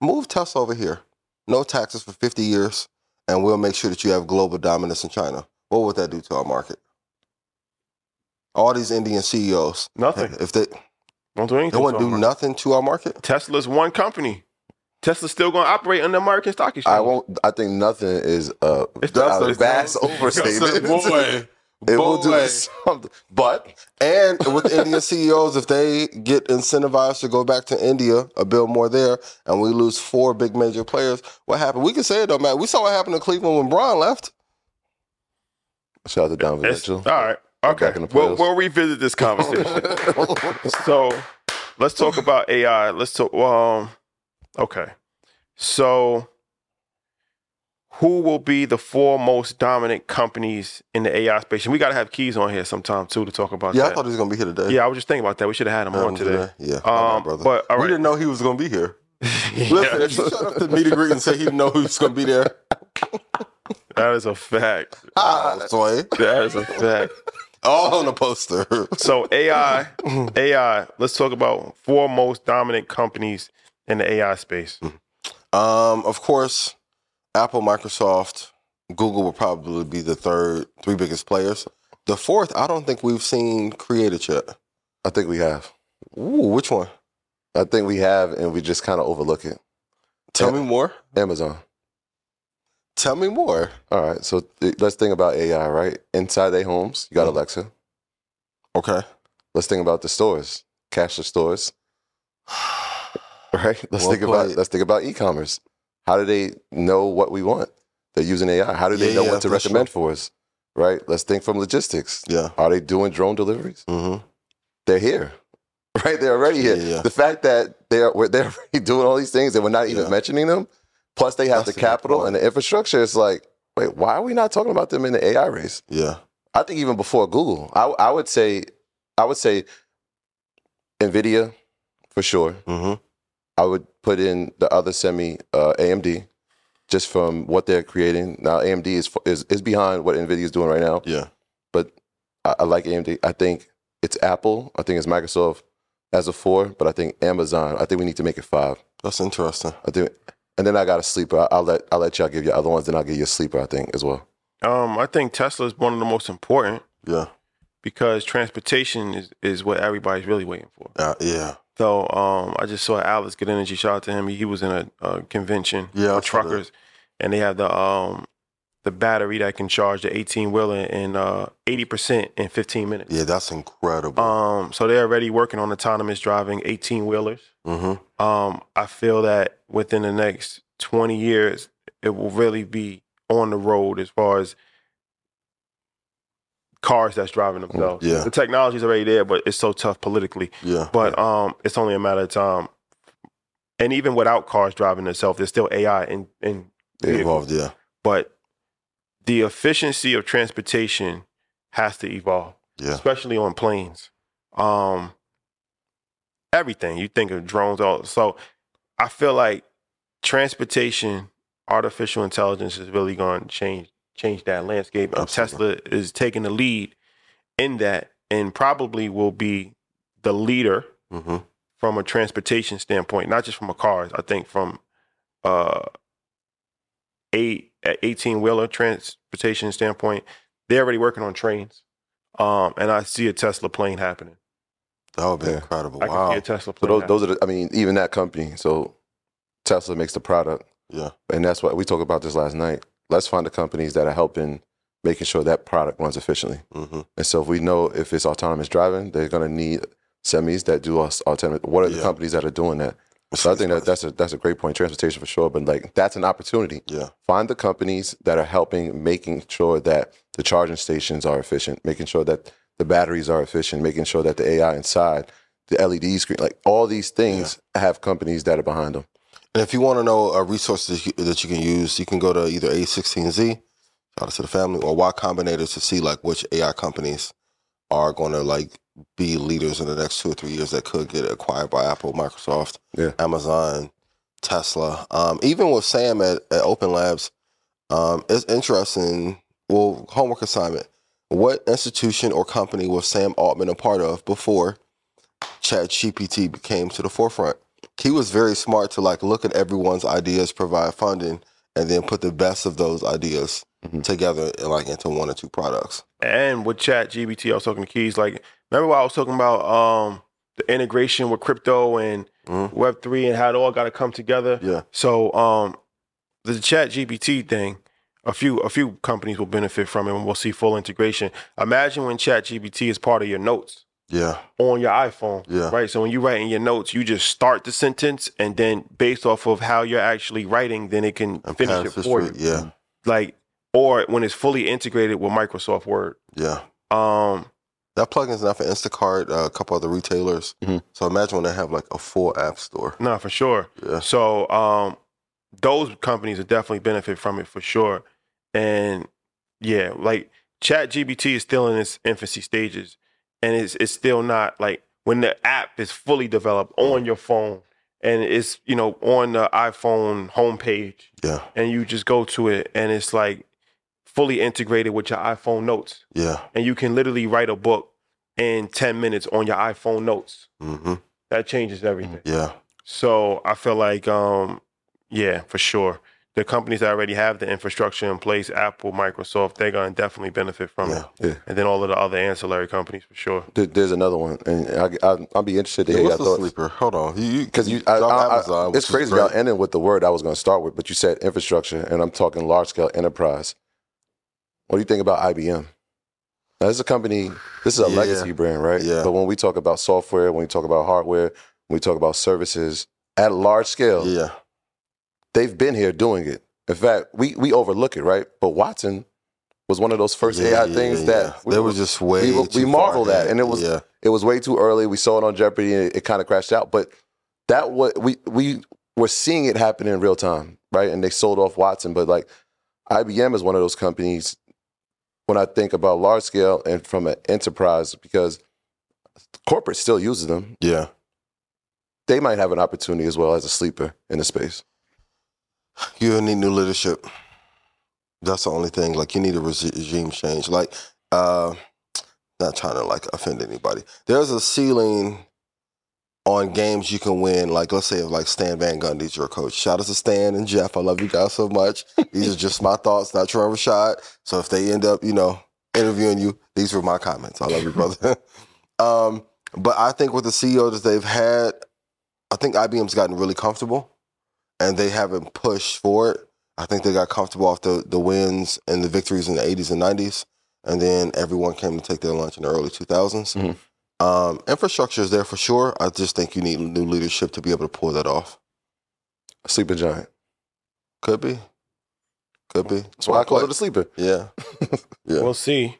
move Tesla over here, no taxes for 50 years, and we'll make sure that you have global dominance in China. What would that do to our market? All these Indian CEOs, nothing if they don't do anything they wouldn't to do them. nothing to our market. Tesla's one company. Tesla's still going to operate under American Stock Exchange. uh, I won't. I think nothing is a, It's a nothing. vast [LAUGHS] It's [LAUGHS] nothing. overstatement. It will do Boy. something. But And with Indian CEOs, if they get incentivized to go back to India, or build more there, and we lose four big major players, what happened? We can say it though, Matt. We saw what happened to Cleveland when Braun left. shout out to Donovan It's- all Mitchell. right. Okay. back in the We'll, playoffs. we'll revisit this conversation. [LAUGHS] so let's talk about AI. Let's talk. Um, okay. So who will be the four most dominant companies in the AI space? And we got to have keys on here sometime too to talk about Yeah, I that. thought he was gonna be here today. yeah, I was just thinking about that. We should have had him Um, on today. [LAUGHS] Yeah, my bad, Um, but all We right. didn't know he was gonna be here. Listen, Yeah, if you showed up to meet and greet and say he didn't know who's gonna be there, [LAUGHS] that is a fact. ah, [LAUGHS] Sway, That is a fact. all Oh, on the poster. So AI, AI. Let's talk about four most dominant companies in the AI space. Um, of course, Apple, Microsoft, Google will probably be the third, three biggest players. The fourth, I don't think we've seen created yet. I think we have. Ooh, which one? I think we have, and we just kind of overlook it. Tell Yeah. me more. Amazon. Eh, Tell me more. All right, so th- let's think about AI, right? Inside their homes, you got Alexa. Mm-hmm. Okay. Let's think about the stores, cashless stores, [SIGHS] right? Let's Well think about played. let's think about e-commerce. How do they know what we want? They're using AI. How do they Yeah, know yeah, what to for sure. recommend for us? Right? Let's think from logistics. Yeah. Are they doing drone deliveries? Mm-hmm. They're here, [LAUGHS] right? They're already here. Yeah, yeah. The fact that they're we're- they're already [LAUGHS] doing all these things and we're not even Yeah. mentioning them, plus they have That's the a good capital point. and the infrastructure. It's like, wait, why are we not talking about them in the AI race? Yeah. I think even before Google, I I would say I would say Nvidia for sure. Mm-hmm. I would put in the other semi uh, AMD just from what they're creating now. AMD is is is behind what Nvidia is doing right now, Yeah. but I, I like AMD. I think it's Apple. I think it's Microsoft as a four, but I think Amazon. I think we need to make it five. That's interesting. I think, and then I got a sleeper. I, I'll let I'll let y'all give your other ones. Then I'll give you a sleeper. I think as well. Um, I think Tesla is one of the most important Yeah. because transportation is, is what everybody's really waiting for. Uh, yeah. So um, I just saw Alex Good Energy. Shout out to him. He was in a, uh convention for Yeah, I saw that. truckers, and they have the um, the battery that can charge the 18 wheeler in uh, eighty percent in 15 minutes. Yeah. That's incredible. Um, so they're already working on autonomous driving 18 wheelers. mm-hmm. Um, I feel that within the next 20 years, it will really be on the road as far as cars that's driving themselves. Mm, Yeah. The technology's already there, but it's so tough politically. Yeah. But um, it's only a matter of time. And even without cars driving themselves, there's still AI in, in yeah. vehicles. involved. Yeah. But the efficiency of transportation has to evolve Yeah. especially on planes. Um, everything you think of drones, all so I feel like transportation, artificial intelligence is really going to change change that landscape. And Tesla Absolutely. is taking the lead in that, and probably will be the leader Mm-hmm. from a transportation standpoint, not just from a cars. I think from uh, eight eighteen wheeler transportation standpoint, they're already working on trains, um, and I see a Tesla plane happening. That would be Yeah. incredible. I can Wow. see a Tesla So plane. those, those are the, I mean, even that company. So Tesla makes the product. Yeah. And that's what we talked about this last night. Let's find the companies that are helping making sure that product runs efficiently. Mm-hmm. And so if we know if it's autonomous driving, they're going to need semis that do us autonomous. What are the Yeah. companies that are doing that? So I think that, that's a that's a great point. Transportation for sure, but like that's an opportunity. Yeah. Find the companies that are helping making sure that the charging stations are efficient, making sure that the batteries are efficient, making sure that the AI inside, the LED screen, like all these things have companies that are behind them. And if you want to know a resource that you, that you can use, you can go to either A16Z, shout out to the family, or Y Combinator to see like which AI companies are going to like be leaders in the next two or three years that could get acquired by Apple, Microsoft, Yeah. Amazon, Tesla. Um, even with Sam at, at Open Labs, um, it's interesting. Well, homework assignment. What institution or company was Sam Altman a part of before ChatGPT came to the forefront? he was very smart to like look at everyone's ideas, provide funding, and then put the best of those ideas Mhm. together and like into one or two products. and with Chat GBT, I was talking to Keys. Like, remember what I was talking about um, the integration with crypto and Mm-hmm. Mhm. Web three and how it all got to come together. Yeah. So um, the Chat GPT thing, a few a few companies will benefit from it, and we'll see full integration. Imagine when ChatGPT is part of your notes Yeah. on your iPhone, Yeah. right? So when you write in your notes, you just start the sentence, and then based off of how you're actually writing, then it can And finish pass it this for you. through- Yeah. Mm-hmm. Like, or when it's fully integrated with Microsoft Word. Yeah. Um, That plugin's not for Instacart, uh, a couple other retailers. Mhm. So imagine when they have like a full app store. no, for sure. Mm-hmm. Yeah. So um, those companies will definitely benefit from it for sure. And yeah, like ChatGPT is still in its infancy stages, and it's it's still not like when the app is fully developed on your phone and it's you know on the iPhone homepage, Yeah. and you just go to it and it's like fully integrated with your iPhone notes, Yeah. and you can literally write a book in ten minutes on your iPhone notes. hmm That changes everything. Yeah. So I feel like, um, yeah, for sure. The companies that already have the infrastructure in place, Apple, Microsoft, they're gonna definitely benefit from Yeah. it. Yeah. And then all of the other ancillary companies for sure. There- there's another one, and I, I, I'll be interested to hear your What's the thoughts. sleeper? Hold on. You Because you, I, dropped I, Amazon, I, which it's is crazy. great. Y'all ended with the word I was going to start with, but you said infrastructure, and I'm talking large scale enterprise. What do you think about IBM? Now, this is a company. This is a Yeah. legacy brand, right? Yeah. But when we talk about software, when we talk about hardware, when we talk about services at large scale, Yeah. they've been here doing it. In fact, we we overlook it, right? But Watson was one of those first Yeah, AI yeah, things yeah, that yeah. they were just way we- we too far marveled at, ahead. and it was- yeah. it was way too early. We saw it on Jeopardy, and it, kind of crashed out. But that what we we were seeing it happen in real time, right? And they sold off Watson, but like IBM is one of those companies. When I think about large scale and from an enterprise, because corporate still uses them, yeah. they might have an opportunity as well as a sleeper in the space. You need new leadership. That's the only thing. Like you need a reg- regime change. Like, uh, not trying to like offend anybody. There's a ceiling on games you can win. Like let's say if like Stan Van Gundy's your coach. Shout out to Stan and Jeff. I love you guys so much. These are just my thoughts, not your Rashad. So if they end up, you know, interviewing you, these were my comments. I love you, brother. [LAUGHS] um, but I think with the CEO that they've had, I think IBM's gotten really comfortable and they haven't pushed for it. I think they got comfortable off the, the wins and the victories in the 80s and 90s. And then everyone came to take their lunch in the early 2000s. Mhm. Um, infrastructure is there for sure. I just think you need new leadership to be able to pull that off. A sleeper giant. Could be. Could be. That's why I call it a sleeper. Yeah. Yeah. We'll see.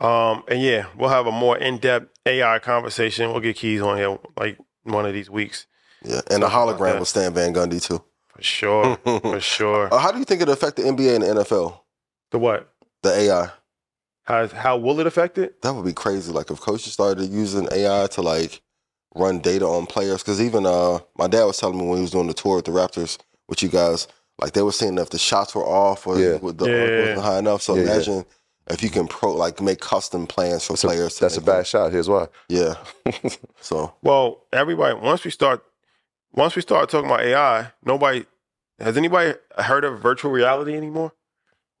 Um, and yeah, we'll have a more in-depth AI conversation. We'll get keys on here like one of these weeks Yeah. And a Okay. hologram with Stan Van [LAUGHS] Gundy, too. for [LAUGHS] sure. for sure. Uh, How do you think it affect the NBA and the NFL? The what? The AI? How how will it affect it? That would be crazy. Like if coaches started using AI to like run data on players, because even uh, my dad was telling me when he was doing the tour with the Raptors with you guys, like they were saying if the shots were off or Yeah. with the Yeah, yeah, wasn't high enough. So Yeah, yeah. imagine if you can pro like make custom plans for That's a, players. to that's a make bad shot. Here's why. them. [LAUGHS] Yeah. so Well, everybody once we start once we start talking about AI, nobody has anybody heard of virtual reality anymore?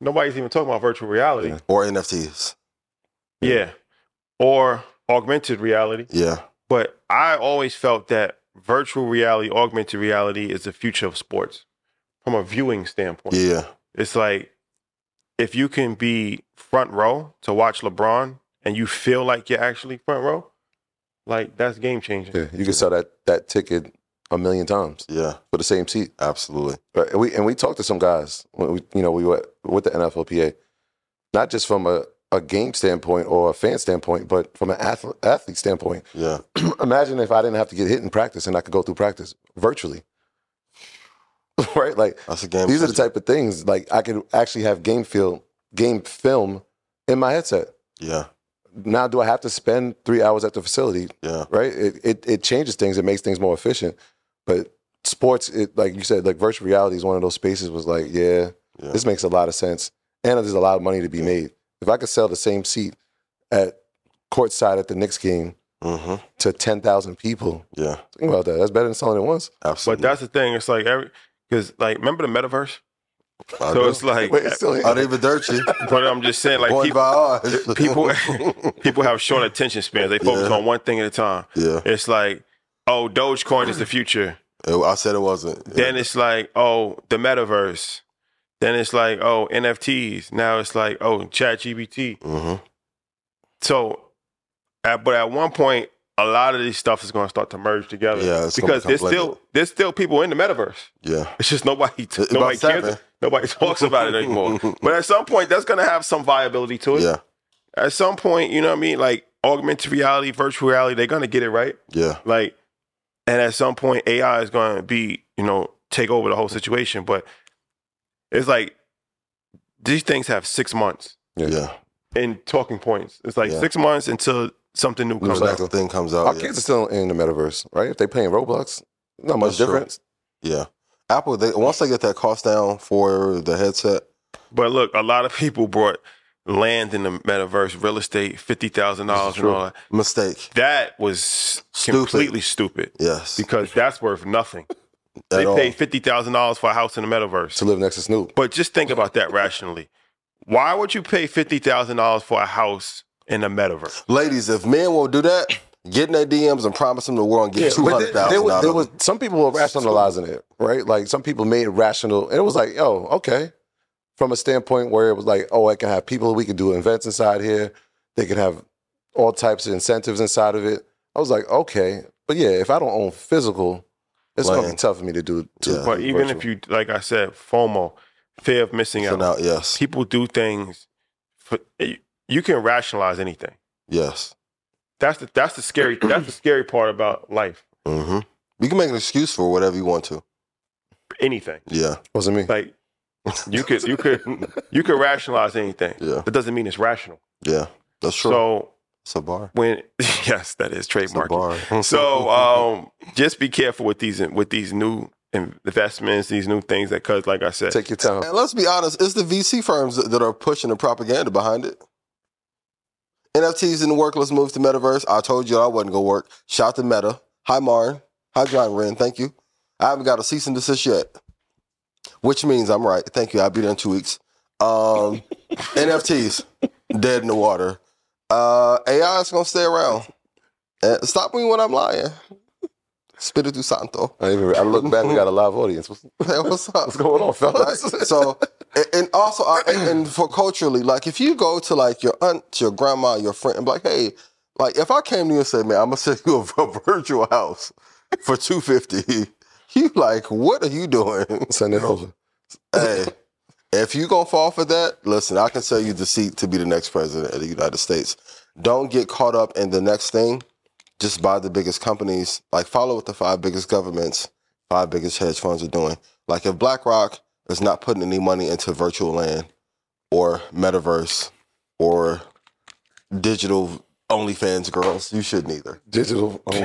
Nobody's even talking about virtual reality. Yeah. or NFTs. Yeah. Or augmented reality. Yeah. But I always felt that virtual reality, augmented reality is the future of sports from a viewing standpoint. Yeah. It's like if you can be front row to watch LeBron and you feel like you're actually front row, like that's game changing. Yeah, you can sell that that ticket a million times Yeah. for the same seat. Absolutely. Right. And we and we talked to some guys. When we, you know, we were with the NFLPA, not just from a, a game standpoint or a fan standpoint, but from an athlete, athlete standpoint. [CLEARS THROAT] Yeah. Imagine if I didn't have to get hit in practice and I could go through practice virtually. [LAUGHS] right? Like Um, That's a game. these are the changer. type of things. Like I could actually have game field game film in my headset. Yeah. Now, do I have to spend three hours at the facility Yeah. right? It, it it changes things. It makes things more efficient. But sports, it like you said, like virtual reality is one of those spaces. Was like, yeah, Yeah. this makes a lot of sense, and there's a lot of money to be made. If I could sell the same seat at courtside at the Knicks game hmm to ten thousand people, Yeah. think about that. That's better than selling it once. Absolutely. But that's the thing. It's like every because like remember the metaverse. I So know. it's like, Wait, it's still Not even dirty. [LAUGHS] but I'm just saying like Going by people ours. people people [LAUGHS] have short attention spans. They focus Yeah. on one thing at a time. [LAUGHS] yeah. It's like oh, Dogecoin is the future. It- I said it wasn't. Then it's like oh, the metaverse. Then it's like, oh, NFTs. Now it's like, oh, Chat GBT. Mhm. So, at, but at one point, a lot of these stuff is going to start to merge together. Yeah, it's gonna because become there's blended. still there's still people in the metaverse. Yeah. It's just nobody It's about nobody time, cares. man. Nobody talks about it [LAUGHS] anymore. but at some point, that's going to have some viability to it. Yeah. At some point, you know what I mean? Like augmented reality, virtual reality, they're going to get it right. Yeah. Like, and at some point, AI is going to be, you know, take over the whole situation. But it's like these things have six months Yeah. in talking points. It's like Yeah. six months until something new comes The next out. thing comes Our out. oh, Yeah. kids are still in the metaverse, right? If they playing Roblox, not much That's true. difference. yeah. Apple, they, once they get that cost down for the headset, But look, a lot of people brought land in the metaverse, real estate, fifty thousand dollars, and true. all that. mistake. That was Stupid. completely stupid Yes. because that's worth nothing. [LAUGHS] At they all. paid fifty thousand dollars for a house in the metaverse. To live next to Snoop. But just think about that rationally. Why would you pay fifty thousand dollars for a house in the metaverse? Ladies, if men will do that, get in their DMs and promise them the world and get two But hundred there, there thousand was, there dollars. was some people were rationalizing it, right? Like some people made it rational, and it was like, oh, okay. From a standpoint where it was like, oh, I can have people, we can do events inside here. They can have all types of incentives inside of it. I was like, okay, but yeah, if I don't own physical, it's going to be Land. tough for me to do. To Yeah. But even if you, like I said, FOMO, fear of missing out. out. Yes. People do things. For, eh, you can rationalize anything. Yes. That's the that's the scary that's the scary part about life. Mm-hmm. You can make an excuse for whatever you want to. Anything Yeah. wasn't me, [LAUGHS] like you could you could you could rationalize anything. Yeah. That doesn't mean it's rational. Yeah. That's true. So it's a bar. when [LAUGHS] yes, that is It's a trademark. [LAUGHS] bar. [LAUGHS] So um, just be careful with these with these new investments, these new things that cause like I said, take your time. And let's be honest, it's the VC firms that that are pushing the propaganda behind it. NFTs didn't work. Let's move to metaverse. I told you I wasn't gonna work. Shout to Meta. Hi Marn. Hi John Wren. Thank you. I haven't got a cease and desist yet, which means I'm right. Thank you. I'll be there in two weeks. Um, NFTs dead in the water. Uh, AI is gonna stay around. Uh, stop me when I'm lying. Spiritu Santo. I, even, I look back, we got a live audience. What's, [LAUGHS] Hey, what's up? what's going on, Right? fellas? so and- and also I- and, and for culturally like if you go to like your aunt your grandma your friend and be like hey like if i came to you and said man i'm gonna send you a, [LAUGHS] virtual house for 250 [LAUGHS] you like what are you doing Send it over. hey if you gonna fall for that listen i can sell you the seat to be the next president of the united states don't get caught up in the next thing just buy the biggest companies like follow what the five biggest governments five biggest hedge funds are doing like if blackrock is not putting any money into virtual land or metaverse or digital onlyfans girls you shouldn't either [LAUGHS] Digital. [LAUGHS] Oh,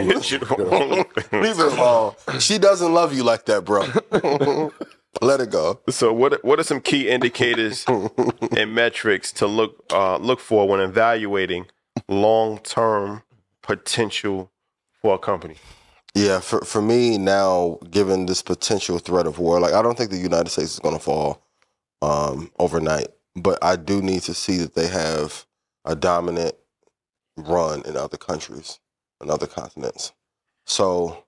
leave it alone she doesn't love you like that bro [LAUGHS] let it go so what what are some key [LAUGHS] indicators and metrics to look uh, look for when evaluating long term potential for a company? Yeah, for for me now, given this potential threat of war, like I don't think the United States is going to fall um, overnight, but I do need to see that they have a dominant run in other countries, in other continents. So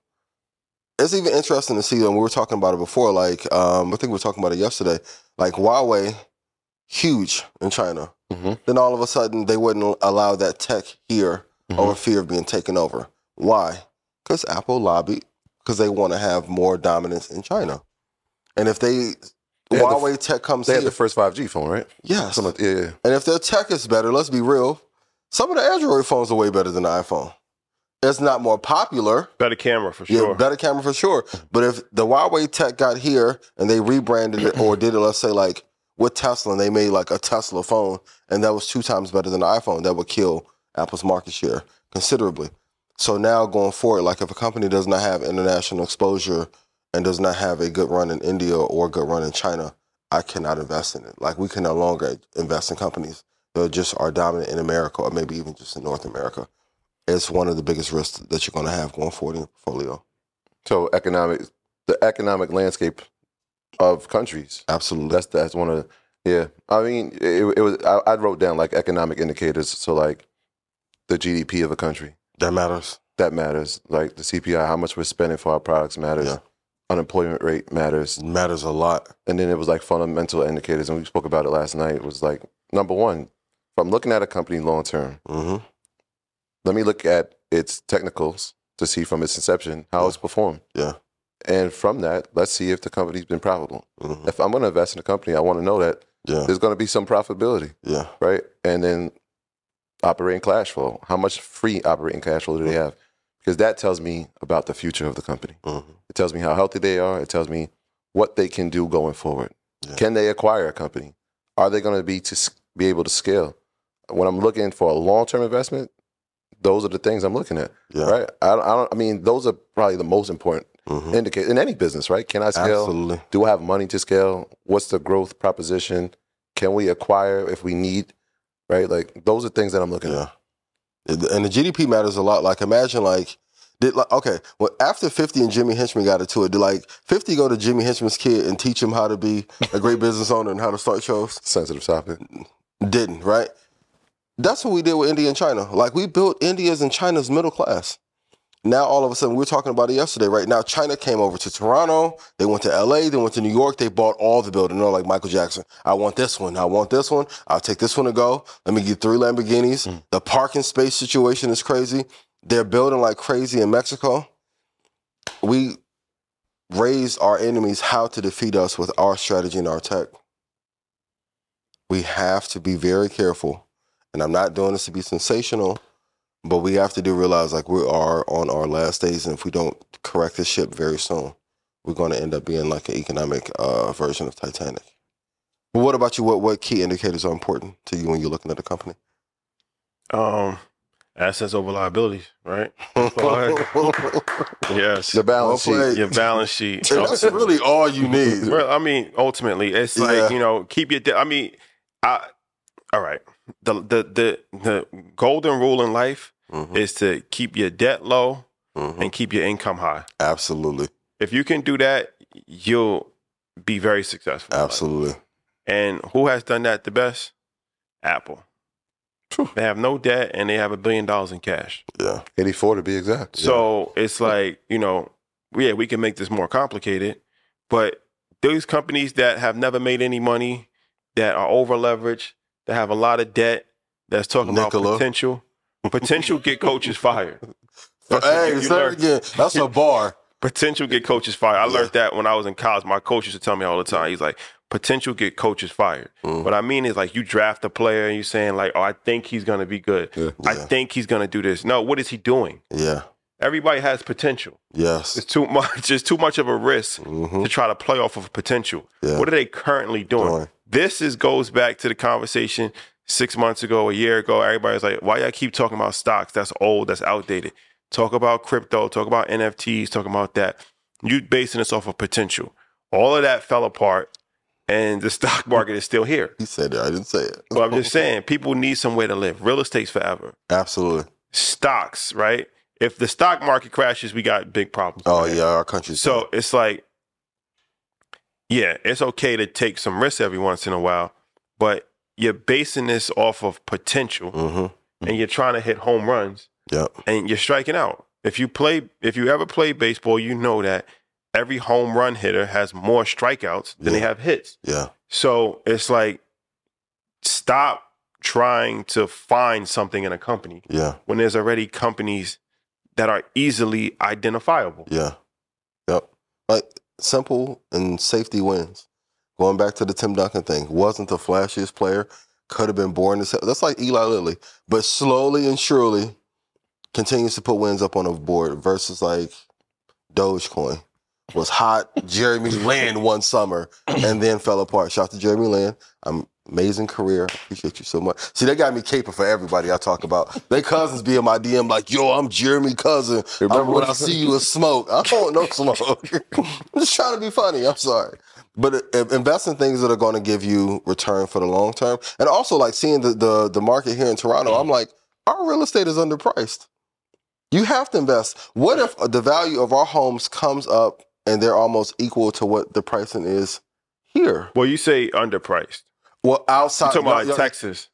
it's even interesting to see. And we were talking about it before. Like um, I think we were talking about it yesterday. Like Huawei, huge in China. Mhm. Then all of a sudden, they wouldn't allow that tech here Mhm. over fear of being taken over. Why? Because Apple lobbied because they want to have more dominance in China. And if they, They had the- Huawei tech comes they here, had the first 5G phone, right? yes. Something like- yeah. And if their tech is better, let's be real, some of the Android phones are way better than the iPhone. It's not more popular. Better camera for sure. Yeah, better camera for sure. But if the Huawei tech got here and they rebranded it or did it, let's say like with Tesla, and they made like a Tesla phone, and that was two times better than the iPhone, that would kill Apple's market share considerably. So now going forward, like if a company does not have international exposure and does not have a good run in India or a good run in China, I cannot invest in it. Like we can no longer invest in companies that just are dominant in America or maybe even just in North America. It's one of the biggest risks that you're going to have going forward in your portfolio. So economic, the economic landscape of countries. Absolutely. That's that's one of the, yeah. I mean, it, it was I, I wrote down like economic indicators. So like the GDP of a country that matters. that matters. Like the CPI, how much we're spending for our products matters. unemployment rate matters. matters a lot. And then it was like fundamental indicators, and we spoke about it last night. It was like number one, if I'm looking at a company long term, hmm let me look at its technicals to see from its inception how it's performed. Yeah. And from that, let's see if the company's been profitable. hmm If I'm going to invest in a company, I want to know that Yeah. there's going to be some profitability, Yeah. right? And then operating cash flow. How much free operating cash flow do they have? Because that tells me about the future of the company. hmm It tells me how healthy they are. It tells me what they can do going forward. Yeah. Can they acquire a company? Are they going to be to s- be able to scale? When I'm looking for a long term investment, those are the things I'm looking at, Yeah. right? I don't, I don't. I mean, those are probably the most important Mhm. indicators in any business, right? Can I scale? Absolutely. Do I have money to scale? What's the growth proposition? Can we acquire if we need? Right, like those are things that I'm looking at. Yeah. And and the GDP matters a lot. Like imagine like did like okay, well after 50 and Jimmy Henchman got into it, did like 50 go to Jimmy Henchman's kid and teach him how to be a great business owner and how to start shows? Sensitive topic. Didn't, right? That's what we did with India and China. Like we built India's and China's middle class. Now all of a sudden we we're talking about it yesterday, right? Now China came over to Toronto, they went to LA, they went to New York, they bought all the buildings. They're like Michael Jackson. I want this one, I want this one, I'll take this one to go. Let me get three Lamborghinis. The parking space situation is crazy. They're building like crazy in Mexico. We raised our enemies how to defeat us with our strategy and our tech we have to be very careful. And I'm not doing this to be sensational, but we have to do realize like we are on our last days, and if we don't correct this ship very soon, we're going to end up being like an economic uh, version of Titanic. But what about you? What what key indicators are important to you when you're looking at a company? Um, assets over liabilities, right? yes. The balance Well sheet. played. Your balance sheet. And [LAUGHS] that's really all you [LAUGHS] need. Well, I mean, ultimately, it's like Yeah. you know, keep your. de- I mean, I. All right. The the the the golden rule in life Mhm, is to keep your debt low mhm. and keep your income high. Absolutely, If you can do that, you'll be very successful. in life. absolutely. And who has done that the best? Apple. They have no debt and they have a billion dollars in cash. Yeah, 84 to be exact. So it's like, you know, yeah, we can make this more complicated, but those companies that have never made any money, that are over leveraged, that have a lot of debt, that's talking Nicola. about potential. Potential get coaches fired. That's what hey, you say it learned. again. That's a bar. Potential get coaches fired. I learned that when I was in college. My coach used to tell me all the time. He's like, potential get coaches fired. Mm. What I mean is like you draft a player and you're saying like, oh, I think he's gonna be good. I Yeah. think he's gonna do this. No, what is he doing? Yeah. Everybody has potential. It's Yes. too much. It's too much of a risk Mhm. to try to play off of potential. Yeah. What are they currently doing? Doing. This is goes back to the conversation six months ago, a year ago. Everybody's like, "Why y'all keep talking about stocks? That's old. That's outdated." Talk about crypto. Talk about NFTs. Talk about that. You basing this off of potential. All of that fell apart, and the [LAUGHS] stock market is still here. He said it. I didn't say it. But I'm just saying, people need somewhere to live. Real estate's forever. Absolutely. Stocks, right? If the stock market crashes, we got big problems. Oh yeah, our country's So it's like, yeah, it's okay to take some risks every once in a while, but you're basing this off of potential Mm-hmm. and you're trying to hit home runs Yep. and you're striking out. If you play, if you ever play baseball, you know that every home run hitter has more strikeouts than they Yeah. have hits. Yeah. So it's like, stop trying to find something in a company Yeah. when there's already companies that are easily identifiable. Yeah. Yep. Like simple and safety wins. Going back to the Tim Duncan thing, wasn't the flashiest player, could have been born to that's like Eli Lilly, but slowly and surely continues to put wins up on the board versus like Dogecoin. Was hot, Jeremy Lin one summer, and then fell apart. Shout out to Jeremy Lin. Um, amazing career. Appreciate you so much. See, they got me caping for everybody I talk about. They cousins be in my DM like, yo, I'm Jeremy cousin. Remember I'm, when what- I see you, it's smoke. I don't know smoke. [LAUGHS] I'm just trying to be funny. I'm sorry. But uh, invest in things that are going to give you return for the long term. And also, like seeing the, the the market here in Toronto, I'm like, our real estate is underpriced. You have to invest. What if the value of our homes comes up and they're almost equal to what the pricing is here? Well, you say underpriced. Well, I'm Uh, outside talking about no, like Texas.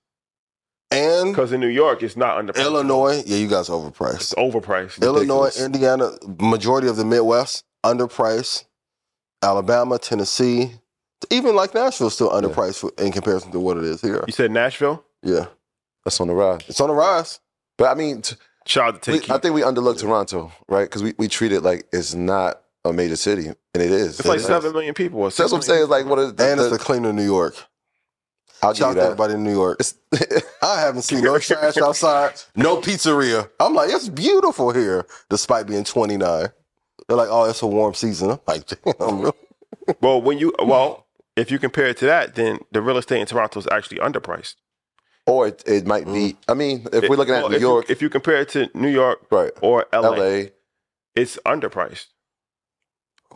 and Because in New York, it's not underpriced. Illinois, yeah, you guys It's overpriced. overpriced. Illinois, ridiculous. Indiana, majority of the Midwest underpriced. Alabama, Tennessee, even like Nashville's still underpriced for, in comparison to what it is here. You said Nashville? Yeah, That's on the rise. it's on the rise. But I mean, t- Shout out to we, Tiki. I think we underlooked Toronto, right? Because we, we treat it like it's not a major city, and it is. It's like seven million people. Or So that's what I'm saying. It's like one of the. And it's the- the cleaner New York. I'll give Shout you out to that. everybody in New York. It's- [LAUGHS] I haven't seen no trash outside, no pizzeria. I'm like, it's beautiful here, despite being 29. They're like, oh, it's a warm season. I'm like, damn, really? Well, when you well, if you compare it to that, then the real estate in Toronto is actually underpriced. or it, it might be. I mean, if we're looking at Mm-hmm. Well, New if you- York, if you compare it to New York right? or LA, L.A. it's underpriced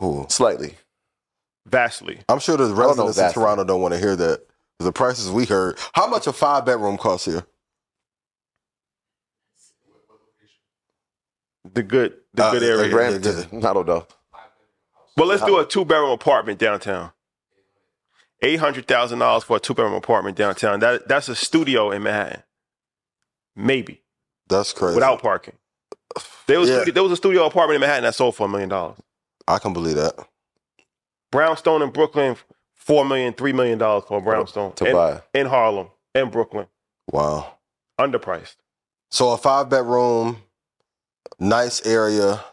Ooh. slightly. vastly. I'm sure the residents in vastly. Toronto don't want to hear that. The prices we heard. How much a five bedroom costs here? The good, the Uh, good uh, area. Yeah, Brampton. I don't know. Well, let's do a two bedroom apartment downtown. Eight hundred thousand dollars for a two bedroom apartment downtown. That that's a studio in Manhattan, maybe That's crazy. without parking. There was Yeah. there was a studio apartment in Manhattan that sold for a million dollars. I can believe that. Brownstone in Brooklyn, four million, three million dollars for a brownstone to in, buy. in Harlem, in Brooklyn, Wow. underpriced. So a five bedroom, nice area.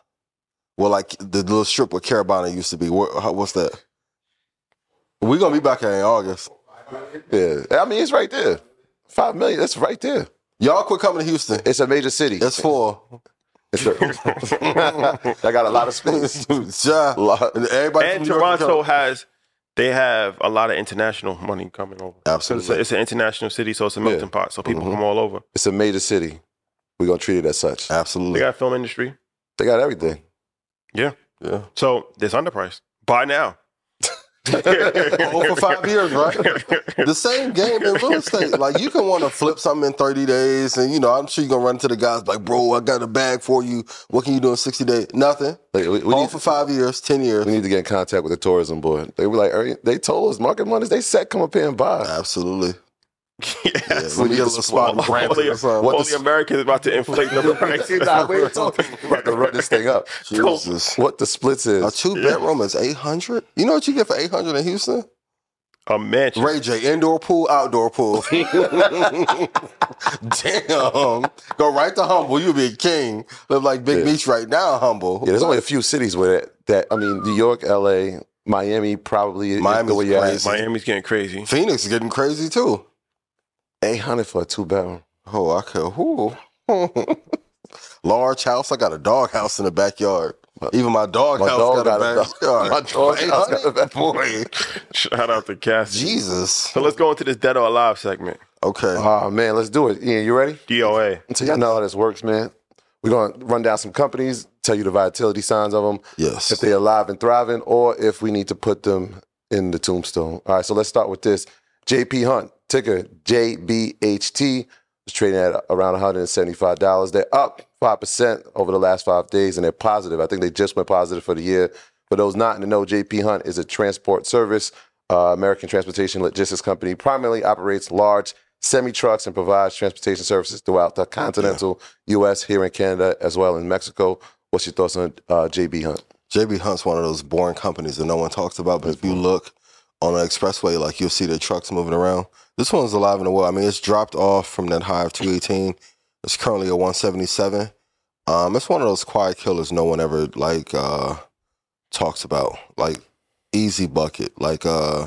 Well, like the little strip where Carabana used to be. What, how, what's that? We're gonna be back here in August. Yeah, I mean, it's right there. Five million. That's right there. Y'all quit coming to Houston. It's a major city. It's full. It's [LAUGHS] a- I got a lot of space. yeah. Lot- And everybody and from New York can Toronto come. has they have a lot of international money coming over. 'Cause It's, a, Absolutely. it's an international city, so it's a melting pot. So people Mhm. from all over. It's a major city. We're gonna treat it as such. They Absolutely. got a film industry. They got everything. Yeah. Yeah. So it's underpriced. Buy now. [LAUGHS] All for five years, right? the same game in [LAUGHS] real estate. Like you can want to flip something in 30 days, and you know, I'm sure you're gonna run into the guys like, bro, I got a bag for you. What can you do in 60 days? Nothing. Like, we, we All need, for five years, 10 years. we need to get in contact with the tourism board. They were like, "Ernie," they told us market monies. They said, come up here and [LAUGHS] buy. Absolutely. Yeah, [LAUGHS] yes. let me get a little spot in Brampton Only, or something. only What the- Americans about to inflate [LAUGHS] the price. See, nah, we ain't talking about to run this thing up. [LAUGHS] Jesus. What the splits is? A two bedroom is 800. You know what you get for 800 in Houston? A mansion. Ray J, indoor pool, outdoor [LAUGHS] pool. Damn. Go right to Humble. You'll be a king. Live like Big Yeah. Meech right now, Humble. Yeah, there's only a few cities where that, that I mean, New York, LA, Miami, probably. is Miami's the way you're at. crazy. Miami's getting [LAUGHS] crazy. Phoenix is getting crazy too. 800 for a two bedroom. Oh, I could. Ooh. [LAUGHS] Large house. I got a dog house in the backyard. Even my dog My house dog got, got a a dog- backyard. [LAUGHS] my dog Hey, house got honey, a back- boy. Shout out to Cassie. [LAUGHS] Jesus. So let's go into this dead or alive segment. Okay. Oh, man, let's do it. Ian, you ready? DOA. So y'all know how this works, man. We're going to run down some companies, tell you the vitality signs of them, Yes. if they're alive and thriving, or if we need to put them in the tombstone. All right, so let's start with this. JP Hunt, ticker JBHT, is trading at around $175. They're up 5% over the last five days, and they're positive. I think they just went positive for the year. For those not in the know, JP Hunt is a transport service, uh, American transportation logistics company, primarily operates large semi trucks and provides transportation services throughout the continental U.S., here in Canada, as well in Mexico. What's your thoughts on uh, JB Hunt? JB Hunt's one of those boring companies that no one talks about, but if you look on an expressway, like you'll see the trucks moving around. This one's alive and well. I mean, it's dropped off from that high of 218. It's currently a 177. Um, it's one of those quiet killers no one ever like uh, talks about, like easy bucket, like uh,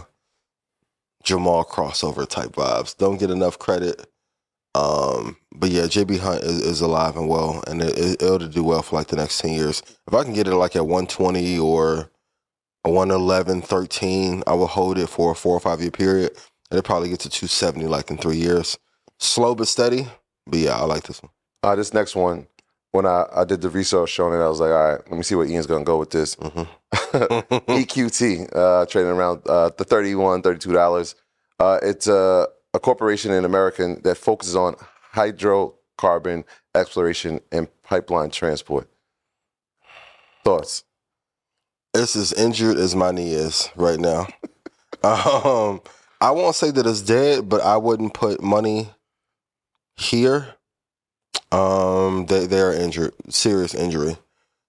Jamal crossover type vibes. Don't get enough credit. Um, but yeah, JB Hunt is, is alive and well, and it, it, it'll do well for like the next 10 years if I can get it like at 120 or a 111, 13, I will hold it for a four or five year period. It'll probably get to 270 like in three years. Slow but steady. But yeah, I like this one. Uh, this next one, when I, I did the research on it, I was like, all right, let me see where Ian's gonna go with [LAUGHS] this. Hmm. [LAUGHS] Mm-hmm. EQT uh, trading around uh, the $31, $32. Uh, it's uh, a corporation in America that focuses on hydrocarbon exploration and pipeline transport. Thoughts? It's as injured as my knee is right now. [LAUGHS] um, I won't say that it's dead, but I wouldn't put money here. Um, they they are injured, serious injury.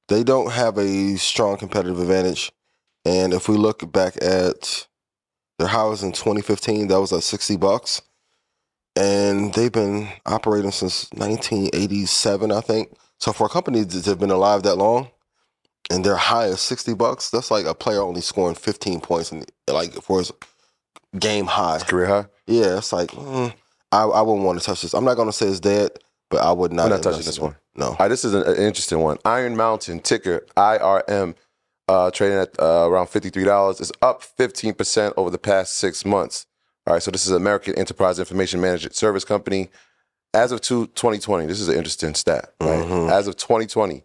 They don't have a strong competitive advantage. And if we look back at their highs in 2015, that was like 60 bucks. And they've been operating since 1987, I think. So for a company that have been alive that long, and their high is 60 bucks, that's like a player only scoring 15 points in like for his game high. Career high. Yeah, it's like mm, I, I wouldn't want to touch this. I'm not gonna say it's dead, but I would not. I'm not touching invest this in it. one. No. All right, this is an, an interesting one. Iron Mountain ticker IRM uh, trading at uh, around fifty three dollars is up fifteen percent over the past six months. All right, so this is American Enterprise Information Management Service Company. As of two, 2020, this is an interesting stat. Right? Mhm. As of 2020,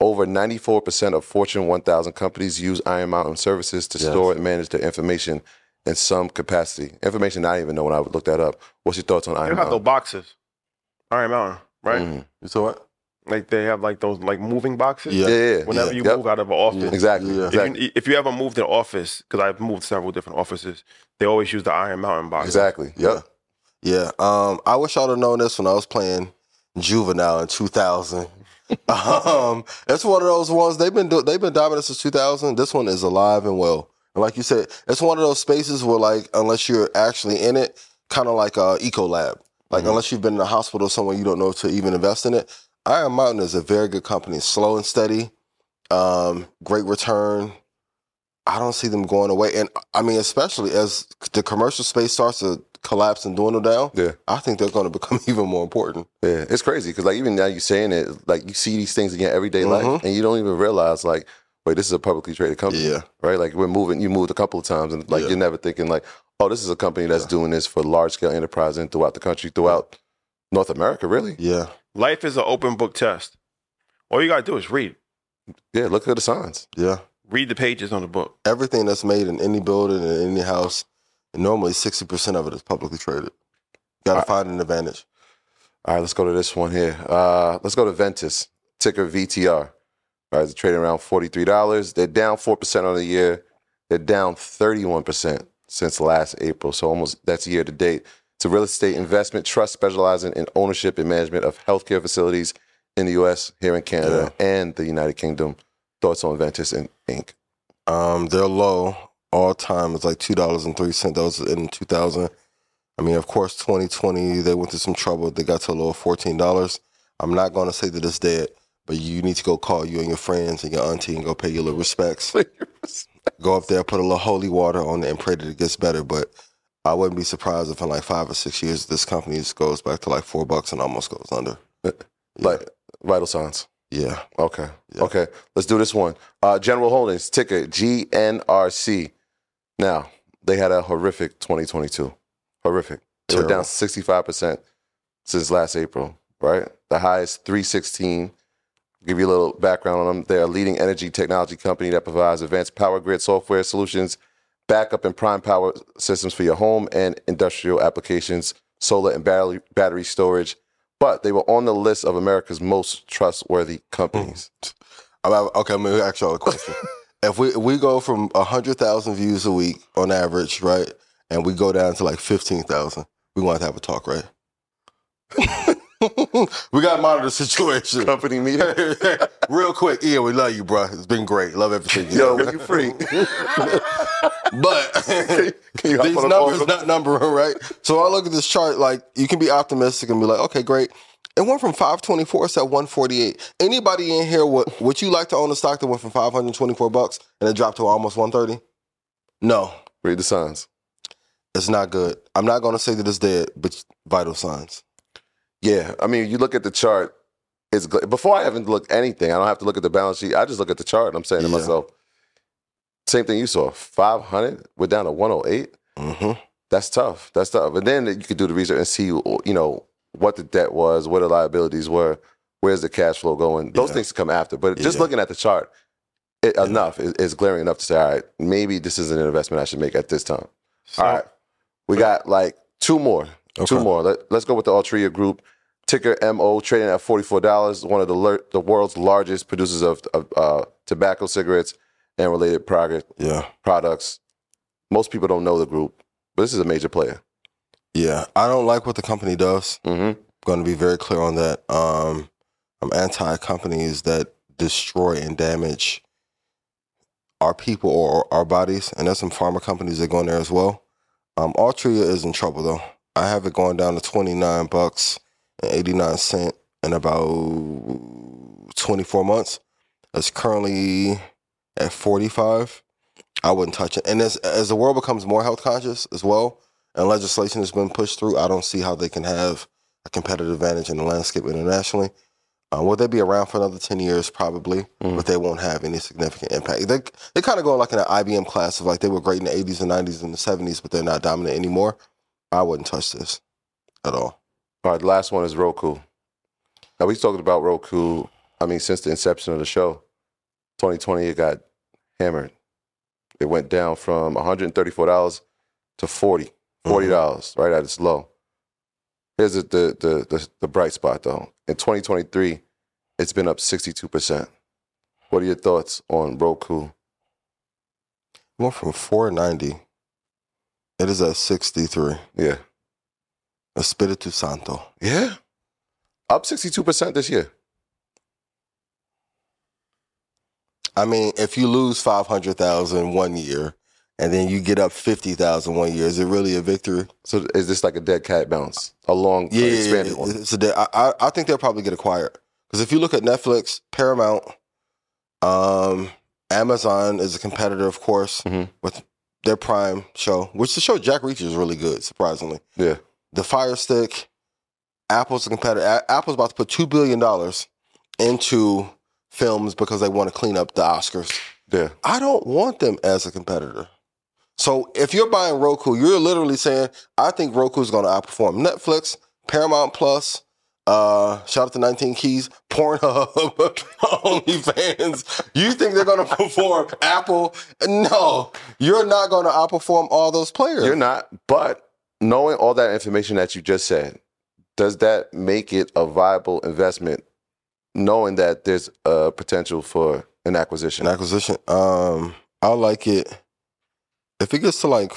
over 94% of Fortune 1000 companies use Iron Mountain services to Yes. store and manage their information in some capacity. Information I didn't even know when I looked that up. What's your thoughts on They Iron don't have no Mountain? boxes. Iron Mountain, right? Mhm. You saw what? Like they have like those like moving boxes. Yeah. Yeah, yeah, yeah. Whenever Yeah. you Yep. move out of an office, Yeah. Exactly. Yeah. exactly. If, you, if you ever moved an office, because I've moved several different offices, they always use the Iron Mountain box. Exactly. Yeah. Yep. Yeah. Um, I wish I'd have known this when I was playing juvenile in 2000. [LAUGHS] um, it's one of those ones they've been do- they've been dominant since 2000. This one is alive and well. And like you said, it's one of those spaces where like unless you're actually in it, kind of like a eco lab. Like unless you've been in a hospital somewhere, you don't know to even invest in it. Iron Mountain is a very good company. Slow and steady, um, great return. I don't see them going away. And I mean, especially as the commercial space starts to collapse and dwindle down, Yeah. I think they're going to [LAUGHS] become even more important. Yeah, it's crazy because like even now you're saying it, like you see these things in your everyday life, Mhm. and you don't even realize like, wait, this is a publicly traded company, Yeah. right? Like we're moving, you moved a couple of times, and like Yeah. you're never thinking like, oh, this is a company that's doing this for large scale enterprise and throughout the country, throughout North America, really. Yeah. Life is an open book test. All you gotta do is read. Yeah, look at the signs. Yeah. Read the pages on the book. Everything that's made in any building and any house, normally 60% of it is publicly traded. Got to I- find an advantage. All right, let's go to this one here. Uh, let's go to Ventus, ticker VTR. All right, it's trading around $43. They're down 4% on the year. They're down 31% since last April. So almost that's year to date. It's a real estate investment trust specializing in ownership and management of healthcare facilities in the US, here in Canada, and the United Kingdom. Thoughts on Ventus and Inc. Um, they're low all time. It's like two dollars and three cents. That was in two thousand. I mean, of course, twenty twenty they went through some trouble. They got to a low of fourteen dollars. I'm not going to say that it's dead, but you need to go call you and your friends and your auntie and go pay [LAUGHS] your little respects. go up there, put a little holy water on it, and pray that it gets better. But I wouldn't be surprised if in like five or six years this company just goes back to like four bucks and almost goes under. Like vital signs. Yeah, Okay. Yeah. Okay. Let's do this one. Uh, General Holdings, ticker GNRC. Now, they had a horrific 2022. Horrific. They were Terrible. down 65% since last April, right? The highest 316. Give you a little background on them. They're a leading energy technology company that provides advanced power grid software solutions, backup and prime power systems for your home and industrial applications, solar and battery, battery storage. But they were on the list of America's most trustworthy companies. I'm, I'm- okay, I'm gonna ask y'all a question. if we we go from hundred thousand views a week on average, right, and we go down to like fifteen thousand, we want to have a talk, right? [LAUGHS] we got to monitor the situation. company meeting. [LAUGHS] Real quick, Ian, we love you, bro. It's been great. Love everything. you Yo, do. when you free, [LAUGHS] but [LAUGHS] can you hop these on a numbers phone? not numbering right. So I look at this chart, like you can be optimistic and be like, okay, great. It went from 524 it's at 148. Anybody in here would would you like to own a stock that went from 524 bucks and it dropped to almost 130? No, read the signs. it's not good. I'm not gonna say that it's dead, but vital signs. Yeah, I mean, you look at the chart. It's gl- before I haven't looked anything. I don't have to look at the balance sheet. I just look at the chart. and I'm saying to Yeah. myself, same thing you saw. Five hundred. We're down to one hundred eight. Mm-hmm. That's tough. That's tough. And then you could do the research and see, oh, you know, what the debt was, what the liabilities were, where's the cash flow going. Those Yeah. things come after. But just Yeah. looking at the chart, it, enough is is glaring enough to say, all right, maybe this isn't an investment I should make at this time. So, All right. We got like two more. Two Okay. more. Let, us go with the Altria Group. Ticker MO trading at $44, one of the lar- the world's largest producers of, of uh, tobacco, cigarettes, and related prog- Yeah. products. Most people don't know the group, but this is a major player. Yeah. I don't like what the company does. Mm-hmm. going to be very clear on that. Um, I'm anti companies that destroy and damage our people or our bodies, and there's some pharma companies that go in there as well. Um, Altria is in trouble though. I have it going down to twenty nine bucks and eighty nine cent in about twenty four months. It's currently at forty five. I wouldn't touch it. And as as the world becomes more health conscious as well, and legislation has been pushed through, I don't see how they can have a competitive advantage in the landscape internationally. Um, will they be around for another ten years? Probably, but they won't have any significant impact. They they kind of go like in an IBM class of like they were great in the eighties and nineties and the seventies, but they're not dominant anymore. I wouldn't touch this at all. All right, the last one is Roku. Now we talking about Roku. I mean, since the inception of the show, 2020, it got hammered. It went down from 134 dollars to 40, Mm-hmm. 40 dollars, right at its low. Here's the the, the the the bright spot though. In 2023, it's been up 62 percent. What are your thoughts on Roku? It went from four ninety. It is at sixty three. Yeah, Espiritu Santo. yeah, up 62 percent this year. I mean, if you lose 500,000 one year and then you get up 50,000 one year, is it really a victory? So is this like a dead cat bounce? A long Yeah, yeah, yeah, uh, expanded one. it's a day. I, I, I think they'll probably get acquired. Because if you look at Netflix, Paramount, um, Amazon is a competitor, of course, Mhm. with their Prime show, which the show Jack Reacher is really good, surprisingly. Yeah. the Fire Stick, Apple's a competitor. A- Apple's about to put two billion dollars into films because they want to clean up the Oscars. Yeah. I don't want them as a competitor. So if you're buying Roku, you're literally saying, I think Roku's going to outperform Netflix, Paramount Plus. Uh, shout out to 19 Keys, Pornhub, [LAUGHS] OnlyFans. You think they're going to perform Apple? No, you're not going to outperform all those players. You're not, but knowing all that information that you just said, does that make it a viable investment? Knowing that there's a potential for an acquisition. an acquisition. Um, I like it if it gets to like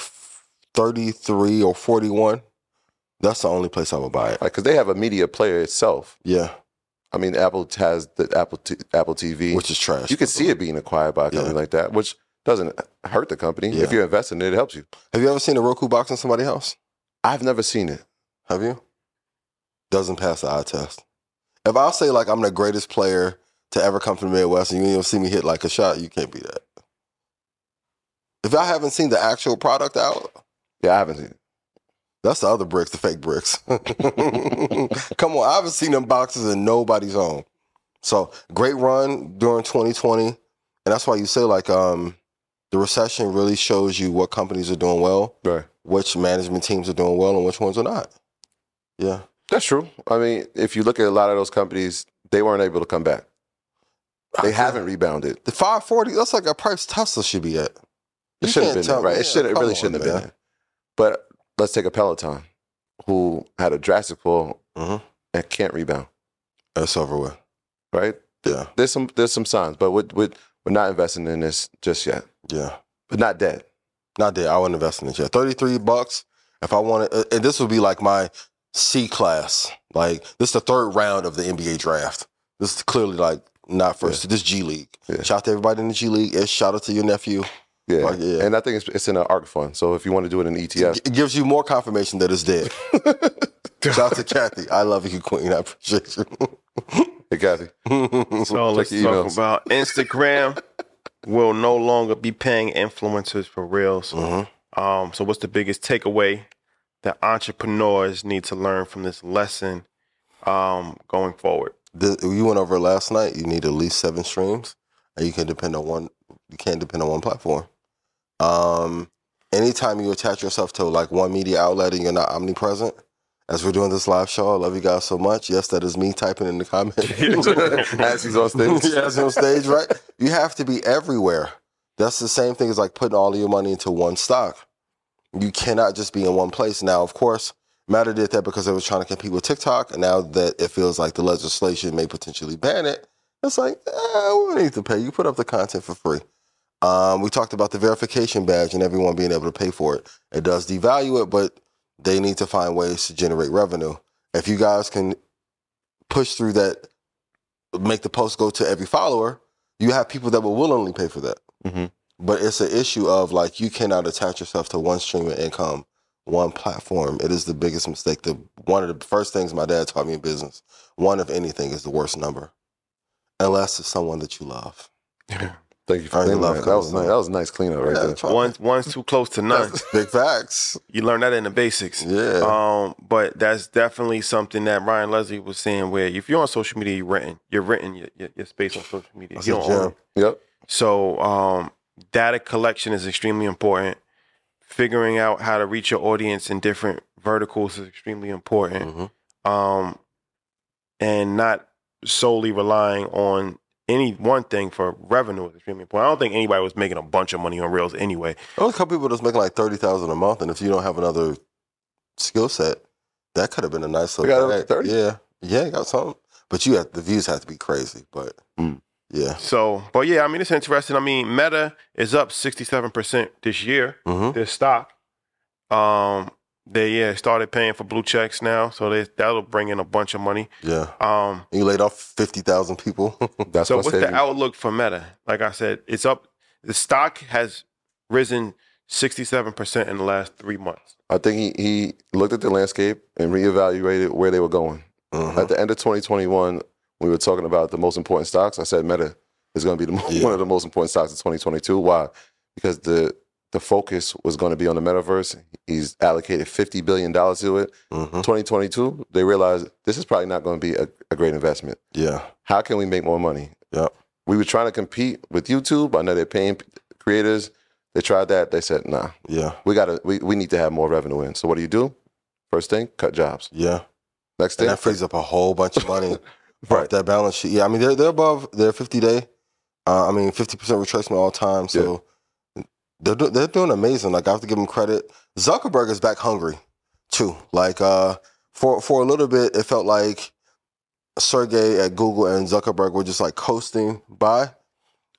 thirty three or forty one. That's the only place I would buy it. Because they have a media player itself. Yeah, I mean, Apple has the Apple T- Apple TV. which is trash. you can see it being acquired by a company Yeah. like that, which doesn't hurt the company. Yeah. If you're investing in it, it helps you. Have you ever seen a Roku box in somebody's house? I've never seen it. Have you? Doesn't pass the eye test. If I say like I'm the greatest player to ever come from the Midwest, and you don't see me hit like a shot, you can't be that. If I haven't seen the actual product out, Yeah, I haven't seen it. That's the other bricks, the fake bricks. [LAUGHS] Come on, I haven't seen them boxes in nobody's home. So great run during 2020, and that's why you say like um, the recession really shows you what companies are doing well, Right. which management teams are doing well, and which ones are not. Yeah, That's true. I mean, if you look at a lot of those companies, they weren't able to come back. They haven't rebounded. the 540. That's like a price Tesla should be at. It You shouldn't can't have been tell there, right? me- it should. It come really on, shouldn't have man. been there. But let's take a Peloton, who had a drastic fall Mhm. and can't rebound. That's over with. Right? Yeah, There's some. There's some signs, but we're, we're, we're not investing in this just yet. yeah. But not dead. Not there. I wouldn't invest in it yet. Thirty three bucks. If I wanted, uh, and this would be like my C class. Like this is the third round of the NBA draft. This is clearly like not first. This G League. Yeah. Shout out to everybody in the G League. And shout out to your nephew. Yeah. Fuck yeah. And I think it's, it's in an ARC fund. So if you want to do it in E ETF, It gives you more confirmation that it's dead. shout out to Kathy. I love you, Queen. I appreciate hey Kathy, you. So let's your talk emails. about [LAUGHS] Instagram will no longer be paying influencers for reels. Mhm. Um, so what's the biggest takeaway that entrepreneurs need to learn from this lesson um, going forward? [LAUGHS] the, you went over it last night. You need at least seven streams, and you can depend on one. You can't depend on one platform. Um, anytime you attach yourself to like one media outlet and you're not omnipresent, as we're doing this live show, I love you guys so much. Yes, that is me typing in the comment. [LAUGHS] [LAUGHS] as he's on stage, Yeah, it's on stage, right? You have to be everywhere. That's the same thing as like putting all of your money into one stock. You cannot just be in one place. Now, of course, Matter did that because they was trying to compete with TikTok, and now that it feels like the legislation may potentially ban it, it's like eh, we don't need to pay. You put up the content for free. Um, we talked about the verification badge and everyone being able to pay for it. It does devalue it, but they need to find ways to generate revenue. If you guys can push through that make the post go to every follower, you have people that will willingly pay for that. Mhm. But it's an issue of like you cannot attach yourself to one stream of income, one platform. It is the biggest mistake. The one of the first things my dad taught me in business, one of anything is the worst number. Unless it's someone that you love. Thank you for Alright, cleaning love that. That comes was on. nice. That was a nice cleanup right Yeah, there. fuck. One, one's too close to none. That's [LAUGHS] big facts. You learn that in the basics. Yeah. Um, but that's definitely something that Ryan Leslie was saying. Where if you're on social media, you're renting. You're renting your, your, your space on social media. That's you a don't own gem. it. Yep. So um, data collection is extremely important. Figuring out how to reach your audience in different verticals is extremely important. Mhm. Um, and not solely relying on any one thing for revenue is extremely important. I don't think anybody was making a bunch of money on Reels anyway. There was a couple people that's making like thirty thousand a month, and if you don't have another skill set, that could have been a nice got little. up to 30? Yeah, yeah, got something. But you have the views have to be crazy. But Mm. yeah, So, but yeah, I mean, it's interesting. I mean, Meta is up 67% this year. hmm their stock. Um, they yeah started paying for blue checks now, so they, that'll bring in a bunch of money. yeah. Um, And you laid off fifty thousand people. [LAUGHS] That's so my what's the statement. outlook for Meta? Like I said, it's up. The stock has risen sixty seven percent in the last three months. I think he, he looked at the landscape and reevaluated where they were going. Mhm. At the end of 2021, we were talking about the most important stocks. I said Meta is going to be the, [LAUGHS] mo- Yeah. one of the most important stocks of 2022. Why? Because the the focus was going to be on the metaverse. He's allocated 50 billion dollars to it. Mhm. 2022, they realized this is probably not going to be a, a great investment. Yeah, How can we make more money? Yep. We were trying to compete with YouTube. I know they're paying p- creators. They tried that. They said, nah, yeah, we gotta we, we need to have more revenue in. So what do you do? First thing, cut jobs. yeah. Next And thing, that frees up a whole bunch of money off right. that balance sheet. Yeah, I mean they're they're above their fifty day. Uh, I mean fifty percent retracement all time. So they're do- they're doing amazing. Like I have to give them credit. Zuckerberg is back hungry too. Like uh, for for a little bit, it felt like Sergey at Google and Zuckerberg were just like coasting by.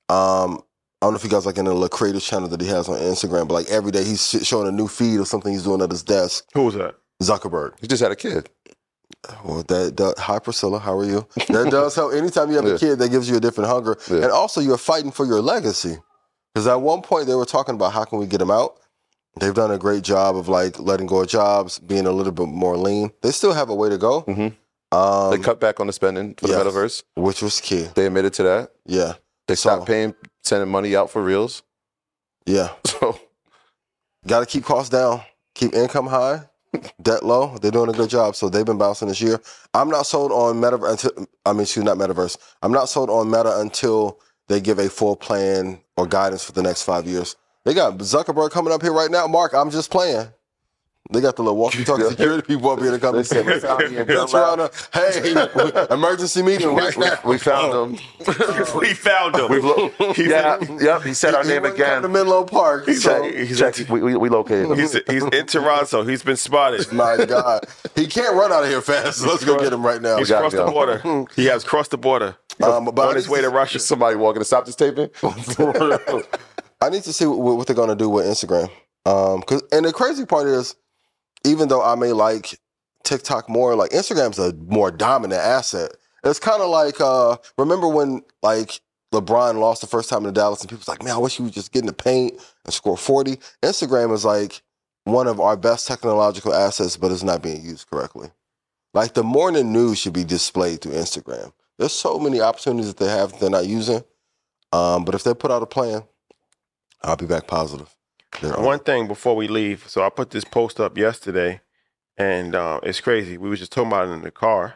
Um, I don't know if you guys like in the little creators channel that he has on Instagram, but like every day he's sh- showing a new feed of something he's doing at his desk. Who was that? Zuckerberg. You just had a kid. Well, that, that hi Priscilla, how are you? [LAUGHS] That does help. Anytime you have a Yeah. kid, that gives you a different hunger, Yeah. and also you're fighting for your legacy. Because at one point they were talking about how can we get them out. They've done a great job of like letting go of jobs, being a little bit more lean. They still have a way to go, Mhm. um, they cut back on the spending for yes. the metaverse. which was key. They admitted to that. Yeah, They stopped So- paying sending money out for reels. [LAUGHS] yeah. So Got to keep costs down, keep income high, debt low. They're doing a good job, so they've been bouncing this year. I'm not sold on metaverse. I mean, excuse not metaverse. I'm not sold on Meta until they give a full plan or guidance for the next five years. They got Zuckerberg coming up here right now. Mark, I'm just playing. They got the little walkie-talkie [LAUGHS] security people up here to come. They said, "Let's out [LAUGHS] here and That's come around [LAUGHS] the- Hey, [LAUGHS] emergency meeting right we, now. we found them. [LAUGHS] we found him. We've lo- yeah, yep. He said our He name wouldn't Come to again. Menlo Park. so- Check, check. We, we, we located him. he's, he's in Toronto. He's been spotted. [LAUGHS] My God, he can't run out of here fast. Let's go get him right now. He's got crossed him. the border. He has crossed the border Um, but I on his need way to to- Russia. Somebody walking to stop this taping. [LAUGHS] I need to see what, what they're gonna do with Instagram. Um, 'cause- and the crazy part is, even though I may like TikTok more, like Instagram's a more dominant asset. It's kind of like uh, remember when like LeBron lost the first time to Dallas, and people was like, "Man, I wish he would just get in the paint and score 40." Instagram is like one of our best technological assets, but it's not being used correctly. Like the morning news should be displayed through Instagram. There's so many opportunities that they have that they're not using. Um, but if they put out a plan, I'll be back positive. They're on One thing before we leave, so I put this post up yesterday, and uh, it's crazy. We were just talking about it in the car,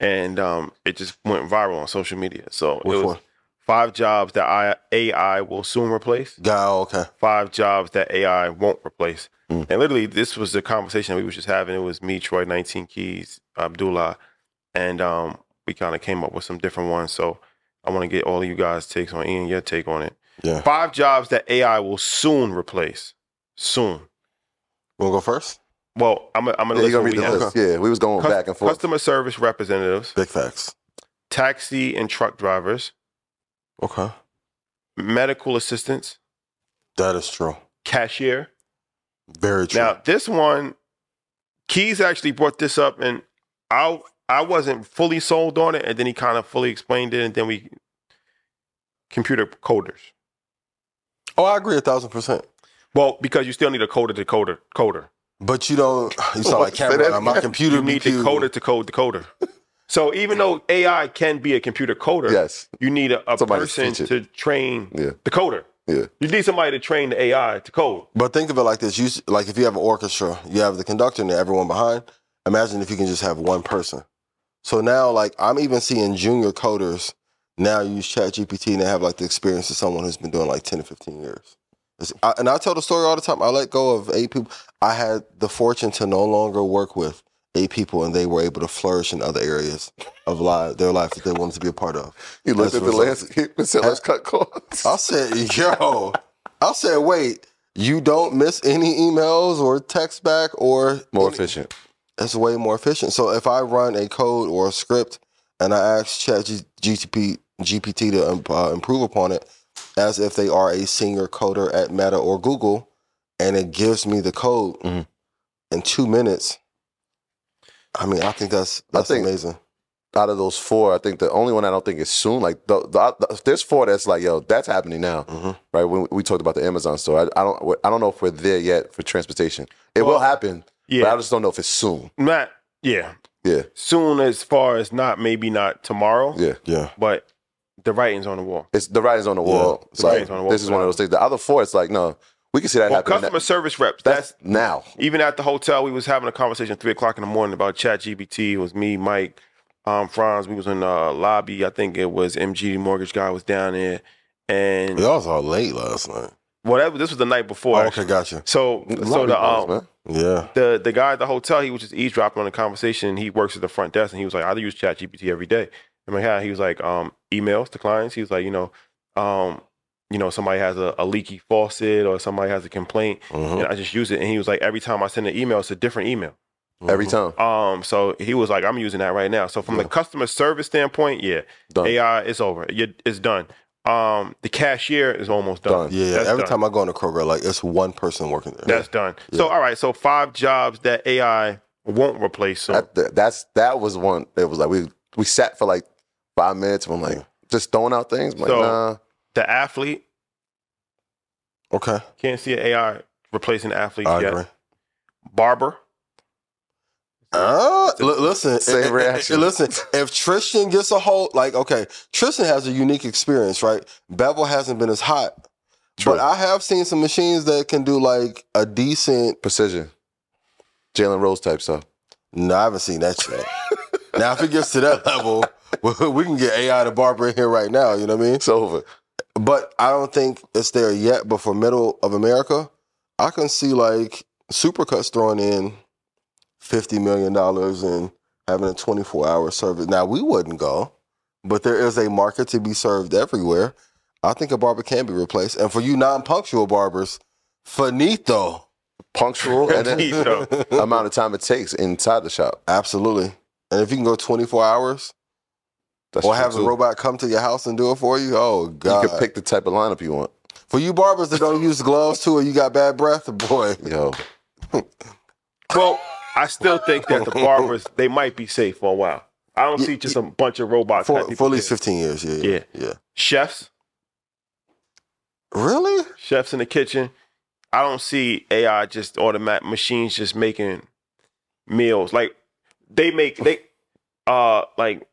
and um, it just went viral on social media. So Which it was one? five jobs that I, AI will soon replace, Guy, okay. five jobs that AI won't replace. Mm. And literally, this was the conversation we was just having. It was me, Troy, 19 Keys, Abdullah, and um, we kind of came up with some different ones. So I want to get all of you guys' takes on Ian, your take on it. Yeah. Five jobs that AI will soon replace. Soon. Wanna go first? Well, I'm gonna I'm Yeah, gonna you listen gonna read to the what we list? Yeah, we was going have. Cus- back and forth. Customer service representatives, Big facts. taxi and truck drivers, Okay. medical assistants, That is true. cashier. Very true. Now, this one, Keys actually brought this up, and I I wasn't fully sold on it, and then he kind of fully explained it, and then we computer coders. Oh, I agree a thousand percent. Well, because you still need a coder to coder coder. But [LAUGHS] you don't. You sound like Say Cameron. that Like, my again. computer you need be the coder to code the [LAUGHS] coder. So even though AI can be a computer coder, Yes. you need a, a Somebody's person teach it. to train Yeah. the coder. Yeah. You need somebody to train the AI to code. But think of it like this: you s- like if you have an orchestra, you have the conductor and everyone behind. Imagine if you can just have one person. So now, like I'm even seeing junior coders now use ChatGPT and they have like the experience of someone who's been doing like 10 or 15 years. It's- I, and I tell the story all the time. I let go of eight people. I had the fortune to no longer work with eight people, and they were able to flourish in other areas of life, their life that they wanted to be a part of. You looked As a at the result- landscape and said, let's cut corners. I said, [LAUGHS] yo, I said, wait, you don't miss any emails or text back or More efficient. it's way more efficient. So if I run a code or a script and I ask ChatGPT GPT to um, uh, improve upon it, as if they are a senior coder at Meta or Google, and it gives me the code Mhm. in two minutes. I mean, I think that's I that's think- amazing. Out of those four, I think the only one I don't think is soon. Like the, the, the- there's four that's like, yo, that's happening now, Mm-hmm. Mhm. right? When we talked about the Amazon store, I, I don't, I don't know if we're there yet for transportation. It will Well, happen, but I Yeah. just don't know if it's soon. Not yeah. Yeah, Soon as far as not maybe not tomorrow, yeah. Yeah, but the writing's on the wall. It's the writing's on the Yeah. wall. It's The like, writing's on the wall This is for one that of those things. The other four, it's like, no, we can see that Well, happening. customer service reps. that's, That's, now. even at the hotel. We was having a conversation at three o'clock in the morning about Chat GBT. It was me, Mike, um, Franz. We was in the lobby. I think it was MG mortgage guy was down there, and y'all was all late last night. whatever. This was the night before. Oh, okay, actually. gotcha. So, so Lobby the bars, um, man. Yeah, the the guy at the hotel, he was just eavesdropping on the conversation. He works at the front desk, and he was like, "I use Chat GPT every day." I'm like, "How?" He was like, um, "Emails to clients." He was like, "You know, um, you know, somebody has a, a leaky faucet or somebody has a complaint, Mhm. and I just use it." And he was like, "Every time I send an email, it's a different email." every Mm-hmm. time. Um, so he was like, "I'm using that right now." So from the customer service standpoint, yeah, Uh. Done. AI, it's over. You- It's done. Um, the cashier is almost done. Done. yeah. That's every done. time I go into Kroger, like it's one person working there. That's done. So all right, so five jobs that AI won't replace. soon. That, that- that's that was one. It was like we we sat for like five minutes. And I'm like just throwing out things. I'm like So- nah, the athlete okay. can't see an AI replacing athletes I yet. agree. Barber, Uh, li- listen, Same eh, eh, reaction. eh, listen, if Tristan gets a hold, like, okay, Tristan has a unique experience, right? Bevel hasn't been as hot, True. but I have seen some machines that can do like a decent. precision. Jalen Rose type stuff. No, I haven't seen that yet. now, if it gets to that level, [LAUGHS] we can get AI to Barber in here right now. You know what I mean? It's over. But I don't think it's there yet. But for middle of America, I can see like Supercuts throwing in fifty million dollars and having a twenty-four hour service. Now we wouldn't go, but there is a market to be served everywhere. I think a barber can be replaced. And for you non-punctual barbers, finito. Punctual and [LAUGHS] He- then so, amount of time it takes inside the shop. Absolutely. And if you can go twenty-four hours, That's or true, have the too. robot come to your house and do it for you, oh god. You can pick the type of lineup you want. for you barbers that don't use gloves too, or you got bad breath, [LAUGHS] boy. Yo, well, I [LAUGHS] still think that the barbers they might be safe for a while. I don't see just a bunch of robots. For, type for people at least there. 15 years, yeah. Yeah. yeah. Chefs, Really? chefs in the kitchen. I don't see AI just automatic machines just making meals like they make they uh like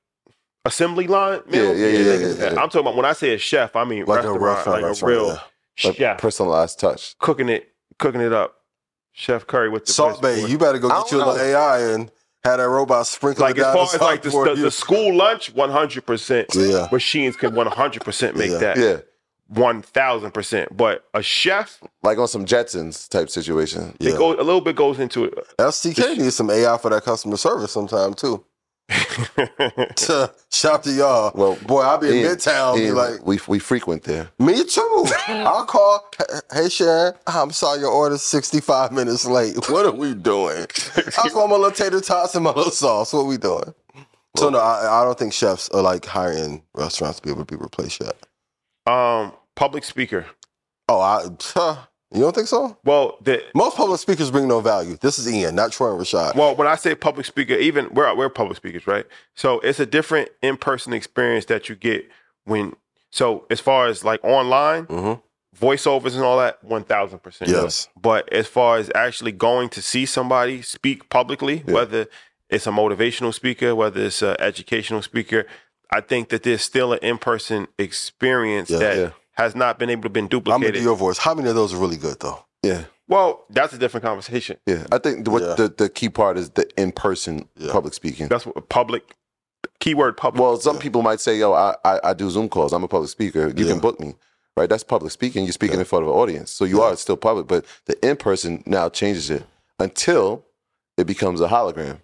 assembly line meals. yeah, yeah, they yeah, can- yeah, yeah. I'm talking about when I say a chef, I mean Like a restaurant, restaurant, like a restaurant, real yeah. like chef. personalized touch. cooking it, cooking it up. Chef Curry with the best Salt Bay, boy. you better go I get you a don't little AI and have that robot sprinkle like it as down far the as like the, side for the, you. the school lunch, one hundred percent. Yeah. machines can one hundred percent make Yeah. that. Yeah, one thousand percent. But a chef, like on some Jetsons type situation. Yeah. it goes a little bit goes into STK needs some AI for that customer service sometime too. [LAUGHS] it. [LAUGHS] To shout to y'all. Well, Well, boy, I'll be in Yeah, Midtown. Be yeah, like, we we frequent there. me too. I'll call. Hey Sharon, I'm sorry your order's 65 minutes late. What are we doing? I just want my little tater tots and my little sauce. What we doing? So no, I, I don't think chefs are like higher end restaurants be able to be replaced yet. um, public speaker. Oh, I, huh, you don't think so? Well, the Most public speakers bring no value. This is Ian, not Troy and Rashad. well, when I say public speaker, even we're we're public speakers, right? So it's a different in person experience that you get when. So as far as like online, Mhm. voiceovers and all that, one thousand percent. Yes. But as far as actually going to see somebody speak publicly, whether it's a motivational speaker, whether it's an educational speaker, I think that there's still an in-person experience Yeah. that Yeah. has not been able to been I'm gonna do duplicated. your voice. How many of those are really good though? Yeah, well, that's a different conversation. yeah. I think what Yeah. the, the key part is the in person Yeah. public speaking. That's what public keyword public. Well, some people might say, "Yo, I, I I do Zoom calls. I'm a public speaker. You Yeah. can book me." Right? That's public speaking. You're speaking in front of an audience, so you are still public. But the in person now changes it until it becomes a [SIGHS] hologram,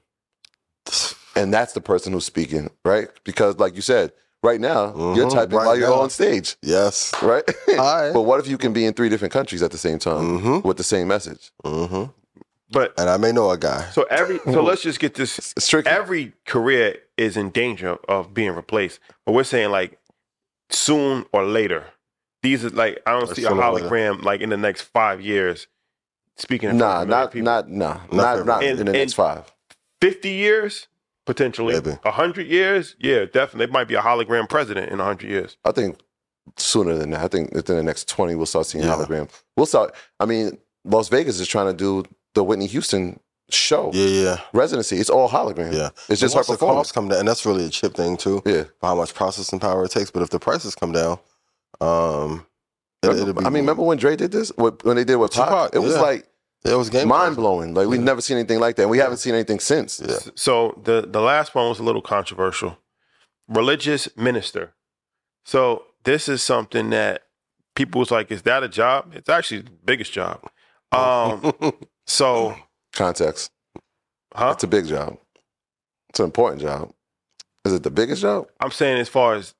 and that's the person who's speaking, right? Because, like you said, right now you're Mhm, typing right while you're now. on stage, Yes. right? [LAUGHS] Alright. but what if you can be in three different countries at the same time Mm-hmm. with the same message? Mm-hmm. but And I may know a guy. so every so let's just get this It's tricky. every career is in danger of being replaced. But we're saying like soon or later. These are like I don't Or see a sooner or later. hologram like in the next five years. Speaking of Nah, not not nah, not for not everyone. in the And- next five. fifty years potentially, Maybe. a hundred years. Yeah, definitely. It might be a hologram president in a hundred years. I think sooner than that. I think within the next twenty, we'll start seeing Yeah. hologram. We'll start. I mean, Las Vegas is trying to do the Whitney Houston show Yeah, yeah. residency. It's all hologram. Yeah. it's just her Once the costs performance. come down, and that's really a chip thing too. Yeah, for How much processing power it takes, but if the prices come down, um, it, Remember- will be. I mean, remember when Dre did this? What- When they did with Tupac, Tupac, it was yeah. like it was game mind blowing. Like we've Yeah. never seen anything like that. And we haven't seen anything since. Yeah. So the the last one was a little controversial. Religious minister. So this is something that people was like, is that a job? It's actually the biggest job. Oh. Um, [LAUGHS] so Context. huh? It's a big job. It's an important job. Is it the biggest job? I'm saying as far as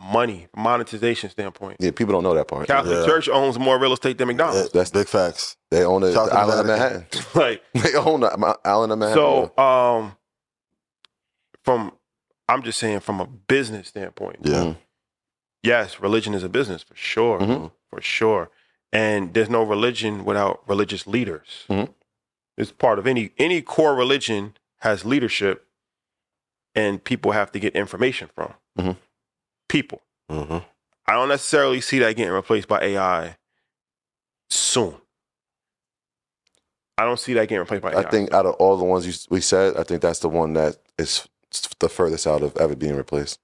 money, monetization standpoint. Yeah, people don't know that part. Catholic Yeah. Church owns more real estate than McDonald's. that's big facts. They own the, Shout the out to the island of Vatican. Manhattan. [LAUGHS] like [LAUGHS] They own the ma- island of Manhattan. so um from I'm just saying from a business standpoint. Yeah. Mm. Yes, religion is a business for sure. Mhm. For sure. And there's no religion without religious leaders. Mhm. It's part of any any core religion has leadership and people have to get information from. Mhm. People. Mm-hmm. I don't necessarily see that getting replaced by AI soon. I don't see that getting replaced by AI. I think out of all the ones you, we said, I think that's the one that is f- the furthest out of ever being replaced.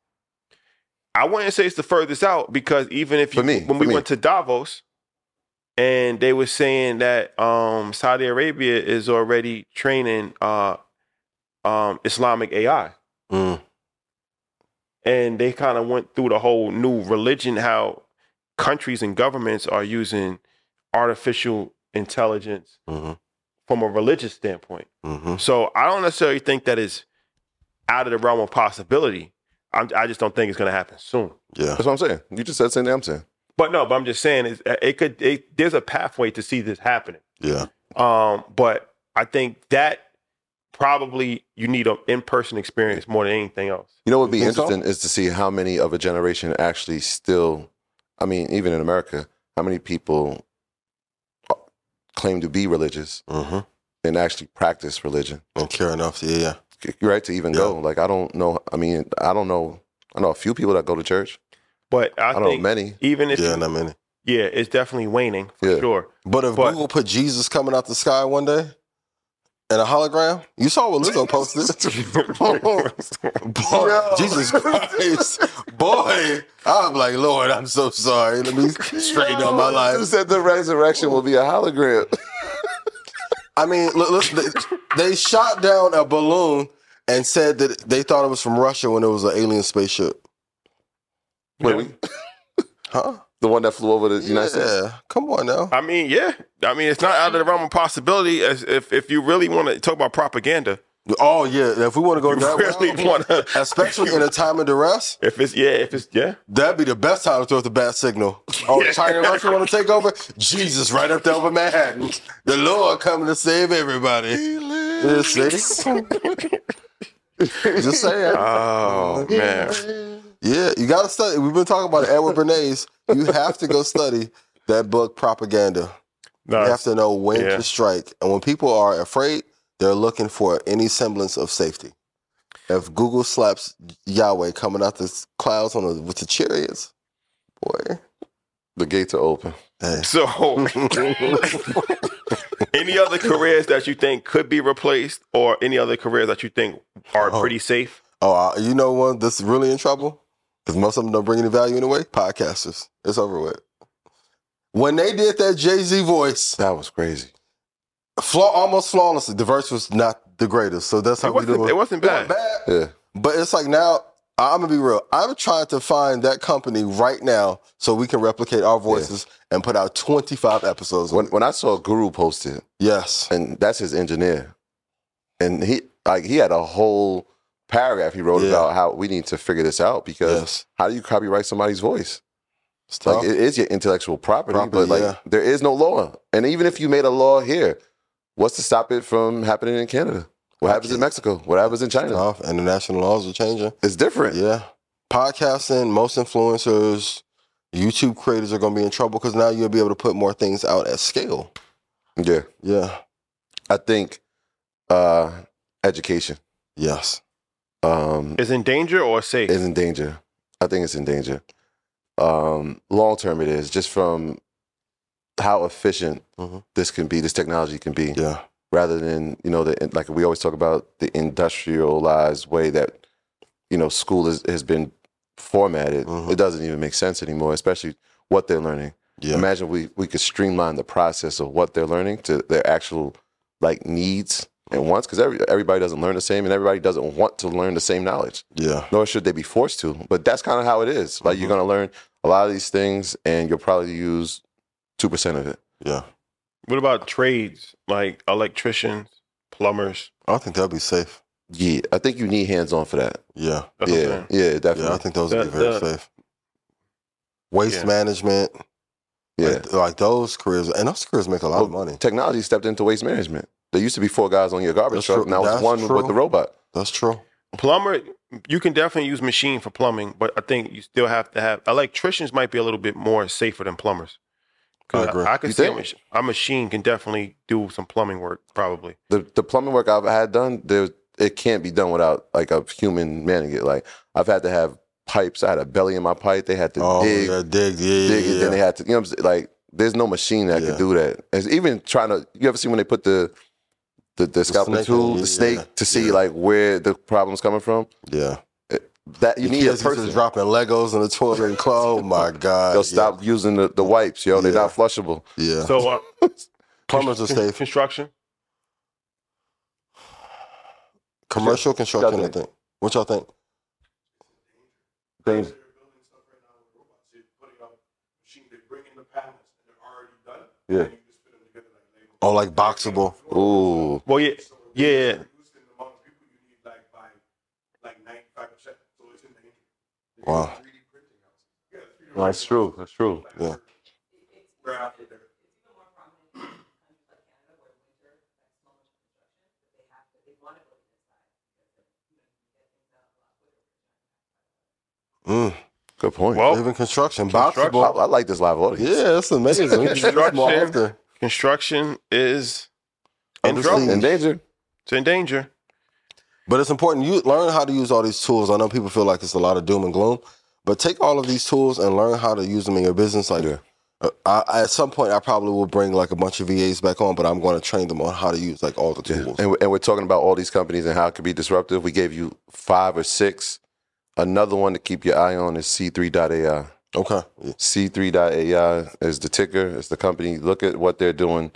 I wouldn't say it's the furthest out because even if you, For me, when for we me. went to Davos and they were saying that um, Saudi Arabia is already training uh, um, Islamic AI. Mm. and they kind of went through the whole new religion how countries and governments are using artificial intelligence Mm-hmm. Mhm. from a religious standpoint Mm-hmm. so i don't necessarily think that is out of the realm of possibility I'm, i just don't think it's going to happen soon Yeah. That's what I'm saying. You just said the same thing I'm saying. but no but i'm just saying is uh, it could it, there's a pathway to see this happening Yeah. um, but i think that probably you need an in-person experience more than anything else You know what would be think so? interesting is to see how many of a generation actually still, I mean, even in America, how many people uh, claim to be religious Mm-hmm. and actually practice religion, And care enough. Yeah. Yeah. right? To even go. Like, I don't know. I mean, I don't know. I know a few people that go to church. but i, I, don't think know many. even if yeah. you- Not many. yeah it's definitely waning for Yeah. sure But if But- Google put Jesus coming out the sky one day and a hologram, you saw what Lizzo posted. [LAUGHS] boy, Yo. Jesus Christ, boy! I'm like, Lord, I'm so sorry. Let me straighten [LAUGHS] out my Who life. said the resurrection will be a hologram? I mean, look, look, they, they shot down a balloon and said that they thought it was from Russia when it was an alien spaceship. Wait, Yeah. we- Huh? the one that flew over the United States? Yeah. Come on now. I mean, yeah. I mean, it's not out of the realm of possibility. As if if you really want to talk about propaganda, Oh yeah. If we want to go you that really route, want to. especially in a time of duress, If it's yeah, if it's yeah, That'd be the best time to throw out the bat signal. Oh, China and Russia want to take over? Jesus, right up there over Manhattan. The Lord coming to save everybody. Yeah, see? Just saying. oh man, Yeah, you got to study. We've been talking about Edward Bernays. You have to go study that book, Propaganda. no, you have to know when Uh, yeah. to strike. And when people are afraid, they're looking for any semblance of safety. If Google slaps Yahweh coming out the clouds on the, with the chariots, boy, The gates are open. So, [LAUGHS] any other careers that you think could be replaced, or any other careers that you think are Oh. pretty safe? Oh, I, you know one that's really in trouble because most of them don't bring any value anyway. Podcasters, it's over with. When they did that Jay Z voice, That was crazy. flaw almost flawless. The verse was not the greatest, so that's how It we do wasn't, it. it wasn't It wasn't bad. bad. Yeah. But it's like now, I'm gonna be real. I'm trying to find that company right now so we can replicate our voices and put out 25 episodes. When when I saw Guru posted, yes. and that's his engineer, and he like he had a whole paragraph he wrote Yeah. about how we need to figure this out because Yes. how do you copyright somebody's voice? It's tough. Like it is your intellectual property, Property, but like yeah. there is no law. And even if you made a law here, what's to stop it from happening in Canada? What happens in Okay. Mexico? What happens in It's China? tough. International laws are changing. It's different. Yeah. Podcasting, most influencers, YouTube creators are gonna be in trouble because now you'll be able to put more things out at scale. Yeah. Yeah. I think uh, education Yes. um, Is in danger or safe? is in danger. I think it's in danger. Um, Long term, it is just from how efficient Mhm. this can be, this technology can be, Yeah. rather than you know, the, like we always talk about the industrialized way that you know school is, has been formatted. Mhm. It doesn't even make sense anymore, especially what they're learning. Yeah. Imagine we we could streamline the process of what they're learning to their actual like needs Mm-hmm. and wants because every, everybody doesn't learn the same and everybody doesn't want to learn the same knowledge yeah. nor should they be forced to but that's kind of how it is like you're Mhm. going to learn a lot of these things and you'll probably use 2% of it Yeah. What about trades like electricians, plumbers? I think that'll be safe. yeah i think you need hands on for that Yeah. That's what I'm yeah saying. yeah Yeah, I definitely think those would be That- very that- safe. Waste Yeah. management. yeah, Oh, Like, like those careers, and those careers make a lot of Well, money. technology stepped into waste management there used to be four guys on your garbage That's truck true. now it's That's one true. with the robot That's true. Plumber, you can definitely use machine for plumbing, but I think you still have to have electricians. Might be a little bit more safer than plumbers. 'Cause I agree. I, I can You see a, think? mach- a machine can definitely do some plumbing work, probably. the the plumbing work I've had done, there it can't be done without like a human manning it. Like I've had to have pipes. I had a belly in my pipe. They had to Oh, dig, yeah, dig, yeah, dig, yeah, and then they yeah. had to. You know, what I'm saying? like there's no machine that Yeah. could do that. And even trying to, you ever see when they put the the, the scalpel snake tool, in, the yeah, snake, to see yeah. like where the problem's coming from? yeah. That you need The a kids used to person. dropping Legos in the toilet and clothes. [LAUGHS] Oh my god! They'll stop using the, the wipes, yo. They're Yeah. not flushable. Yeah, yeah. So uh, [LAUGHS] plumbers are safe. Construction. Commercial construction, I think? think. What y'all think? Things- Yeah. Oh, like boxable. Ooh. Well, yeah, yeah, yeah. Wow. That's true. That's true. Yeah. Mm, Good point. Well, Even construction, Oh. Construction. I, boxable. I like this live audience. Yeah, that's amazing. We can do this [LAUGHS] more Construction. often. Construction is in I'm just trouble. saying. In danger. It's in danger. But it's important you learn how to use all these tools. I know people feel like it's a lot of doom and gloom, but take all of these tools and learn how to use them in your business. Like, Yeah. uh, I, at some point, I probably will bring like a bunch of VAs back on, but I'm going to train them on how to use like all the Yeah. tools. And, we- and we're talking about all these companies and how it could be disruptive. We gave you five or six. Another one to keep your eye on is C3.ai. Okay. Yeah. C3.ai is the ticker, it's the company. Look at what they're doing.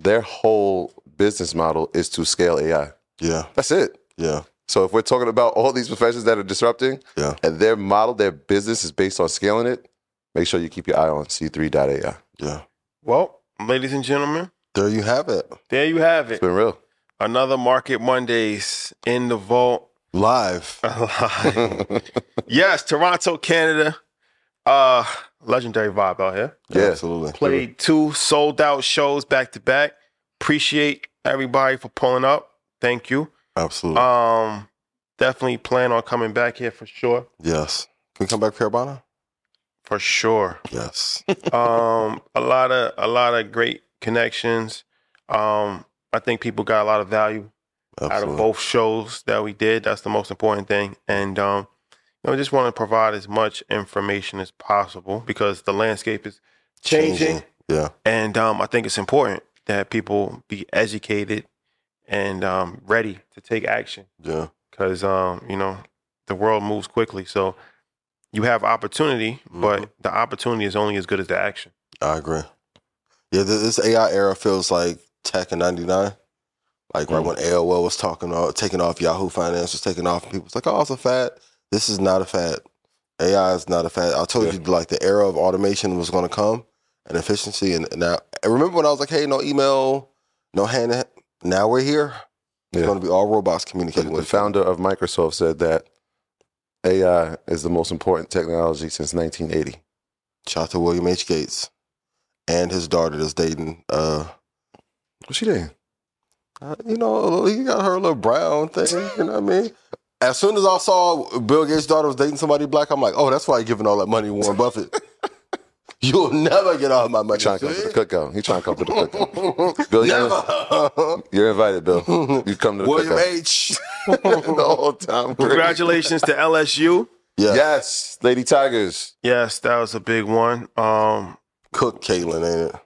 Their whole business model is to scale AI. Yeah. That's it. Yeah. So if we're talking about all these professions that are disrupting Yeah. and their model, their business is based on scaling it, make sure you keep your eye on C3.ai. Yeah. Well, ladies and gentlemen, There you have it. there you have it. It's been real. Another Market Mondays in the vault. [LAUGHS] Live. [LAUGHS] yes, Toronto, Canada. Uh, legendary vibe out here. Yeah. Absolutely. Played two sold out shows back to back. Appreciate everybody for pulling up. Thank you. Absolutely. Um, definitely plan on coming back here for sure. yes. Can we come back, Parabana? For sure. [LAUGHS] Yes. um a lot of a lot of great connections um i think people got a lot of value out of Absolutely. both shows that we did that's the most important thing and um you know, I just want to provide as much information as possible because the landscape is changing. Yeah. And um, I think it's important that people be educated and um, ready to take action Yeah. because, um, you know, the world moves quickly. So you have opportunity, Mm-hmm. but the opportunity is only as good as the action. I agree. Yeah, th- this AI era feels like tech in '99, like Hmm. right when AOL was talking off, taking off, Yahoo Finance was taking off, and people was like, "Oh, it's a fad." This is not a fad. AI is not a fad. I told Yeah. you, like the era of automation was going to come and efficiency, and and now I remember when I was like, "Hey, no email, no hand." Now we're here. It's Yeah. going to be all robots The, communicating the with founder of Microsoft said that AI is the most important technology since 1980. Shout out to William H. Gates and his daughter that's dating. Uh, What she did? Uh, You know, he got her little brown thing. You [LAUGHS] know what I mean? As soon as I saw Bill Gates' daughter was dating somebody black, I'm like, oh, that's why he giving all that money to Warren Buffett. You'll never get all my money. Trying to come to the see? cookout. He trying to come to the cookout. [LAUGHS] Bill, [LAUGHS] never. You're invited, Bill. You come to the William cookout H. [LAUGHS] the whole time. Congratulations to LSU. Yeah. Yes, Lady Tigers. Yes, that was a big one. Um, Cook Caitlin, ain't it?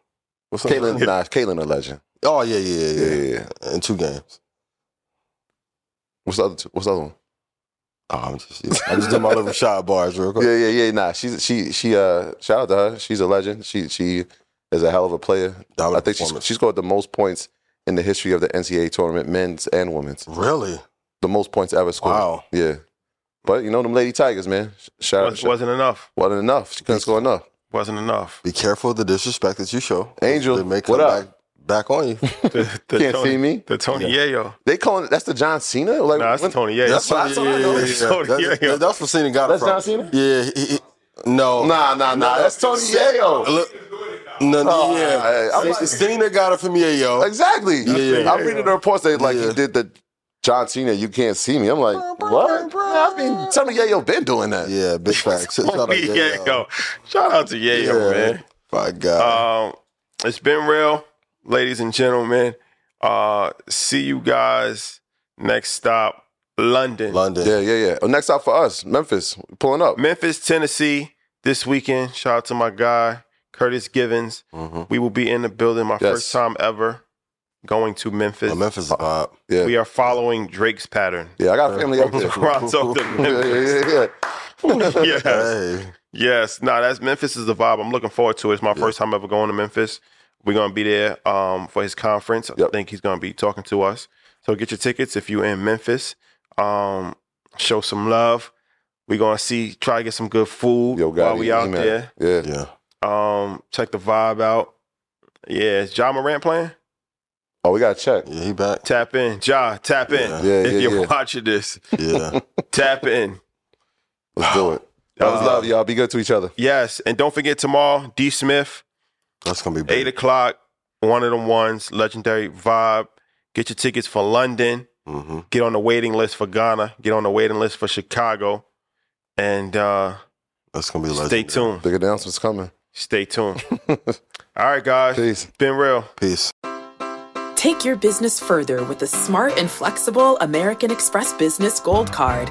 What's her Caitlin, name? nah, Caitlin a legend. Oh, yeah, Yeah, yeah, yeah, yeah. yeah, yeah. In two games. What's the other? Two? What's the other one? Oh, I'm just, I just did my [LAUGHS] little shot bars real quick. Yeah, yeah, yeah. Nah, she's she she. Uh, shout out to her. She's a legend. She she is a hell of a player. Dominant I think she's performance. she scored the most points in the history of the NCAA tournament, men's and women's. Really? The most points ever scored. Wow. Yeah. But you know them Lady Tigers, man. Sh- Shout out. was, Was, wasn't enough. wasn't enough. She couldn't score enough. Wasn't [LAUGHS] enough. Be careful of the disrespect that you show. Angel, They may come what up? back, back on you. The, the Can't Tony, see me. The Tony Yayo. They calling that's the John Cena. Like No, that's the when- Tony Yayo. That's what I thought I know. That's, that's, that's what Cena got it That's from. John Cena? Yeah. He, he, no. Nah, nah, nah. That's Tony Yayo. Look, no, Oh, yeah. I- I'm Cena- like- Cena got it from Yayo. Exactly. Yeah, yeah. I'm reading the reports that like Yeah. he did the John Cena. You can't see me. I'm like, what? Nah, I mean, tell me Yayo been doing that. Yeah, [LAUGHS] big facts. Shout out [LAUGHS] Tony Yayo. Yayo. Shout out to Yayo, Yeah, man. My God. Um, it's been real, ladies and gentlemen. Uh, see you guys next stop, London, London. Uh, Yeah, yeah, yeah. Oh, next up for us, Memphis pulling up. Memphis, Tennessee this weekend. Shout out to my guy Curtis Givens. Mhm. We will be in the building. My first Mm-hmm. time Yes. ever going to Memphis. Well, Memphis is hot. Yeah, We are following Drake's pattern. yeah. I got [LAUGHS] family up From [LAUGHS] there. Toronto to yeah, Memphis. yeah, [LAUGHS] yeah, yes. Hey. Yes, no, that's Memphis is the vibe. I'm looking forward to it. It's my first time ever going to Memphis. We're gonna be there um, for his conference. I Yep. think he's gonna be talking to us. So get your tickets if you're in Memphis. Um, show some love. We're gonna see, try to get some good food [LAUGHS] Yo, got while we out there. Yeah. Yeah. Um, check the vibe out. Yeah, is Ja Morant playing? Oh, we gotta check. Yeah, he back. Tap in, Ja. Tap in. Yeah. Yeah, if yeah, you're yeah. [LAUGHS] watching this, Yeah. tap in. Let's do it. That was Uh, love, y'all. Be good to each other. Yes, and don't forget tomorrow, D. Smith. That's going to be Eight big. o'clock, one of them ones, legendary vibe. Get your tickets for London. Mm-hmm. Get on the waiting list for Ghana. Get on the waiting list for Chicago. And uh, That's going to be stay legendary. tuned. Big announcement's coming. Stay tuned. All right, guys. Peace. Been real. Peace. Take your business further with the smart and flexible American Express Business Gold Card.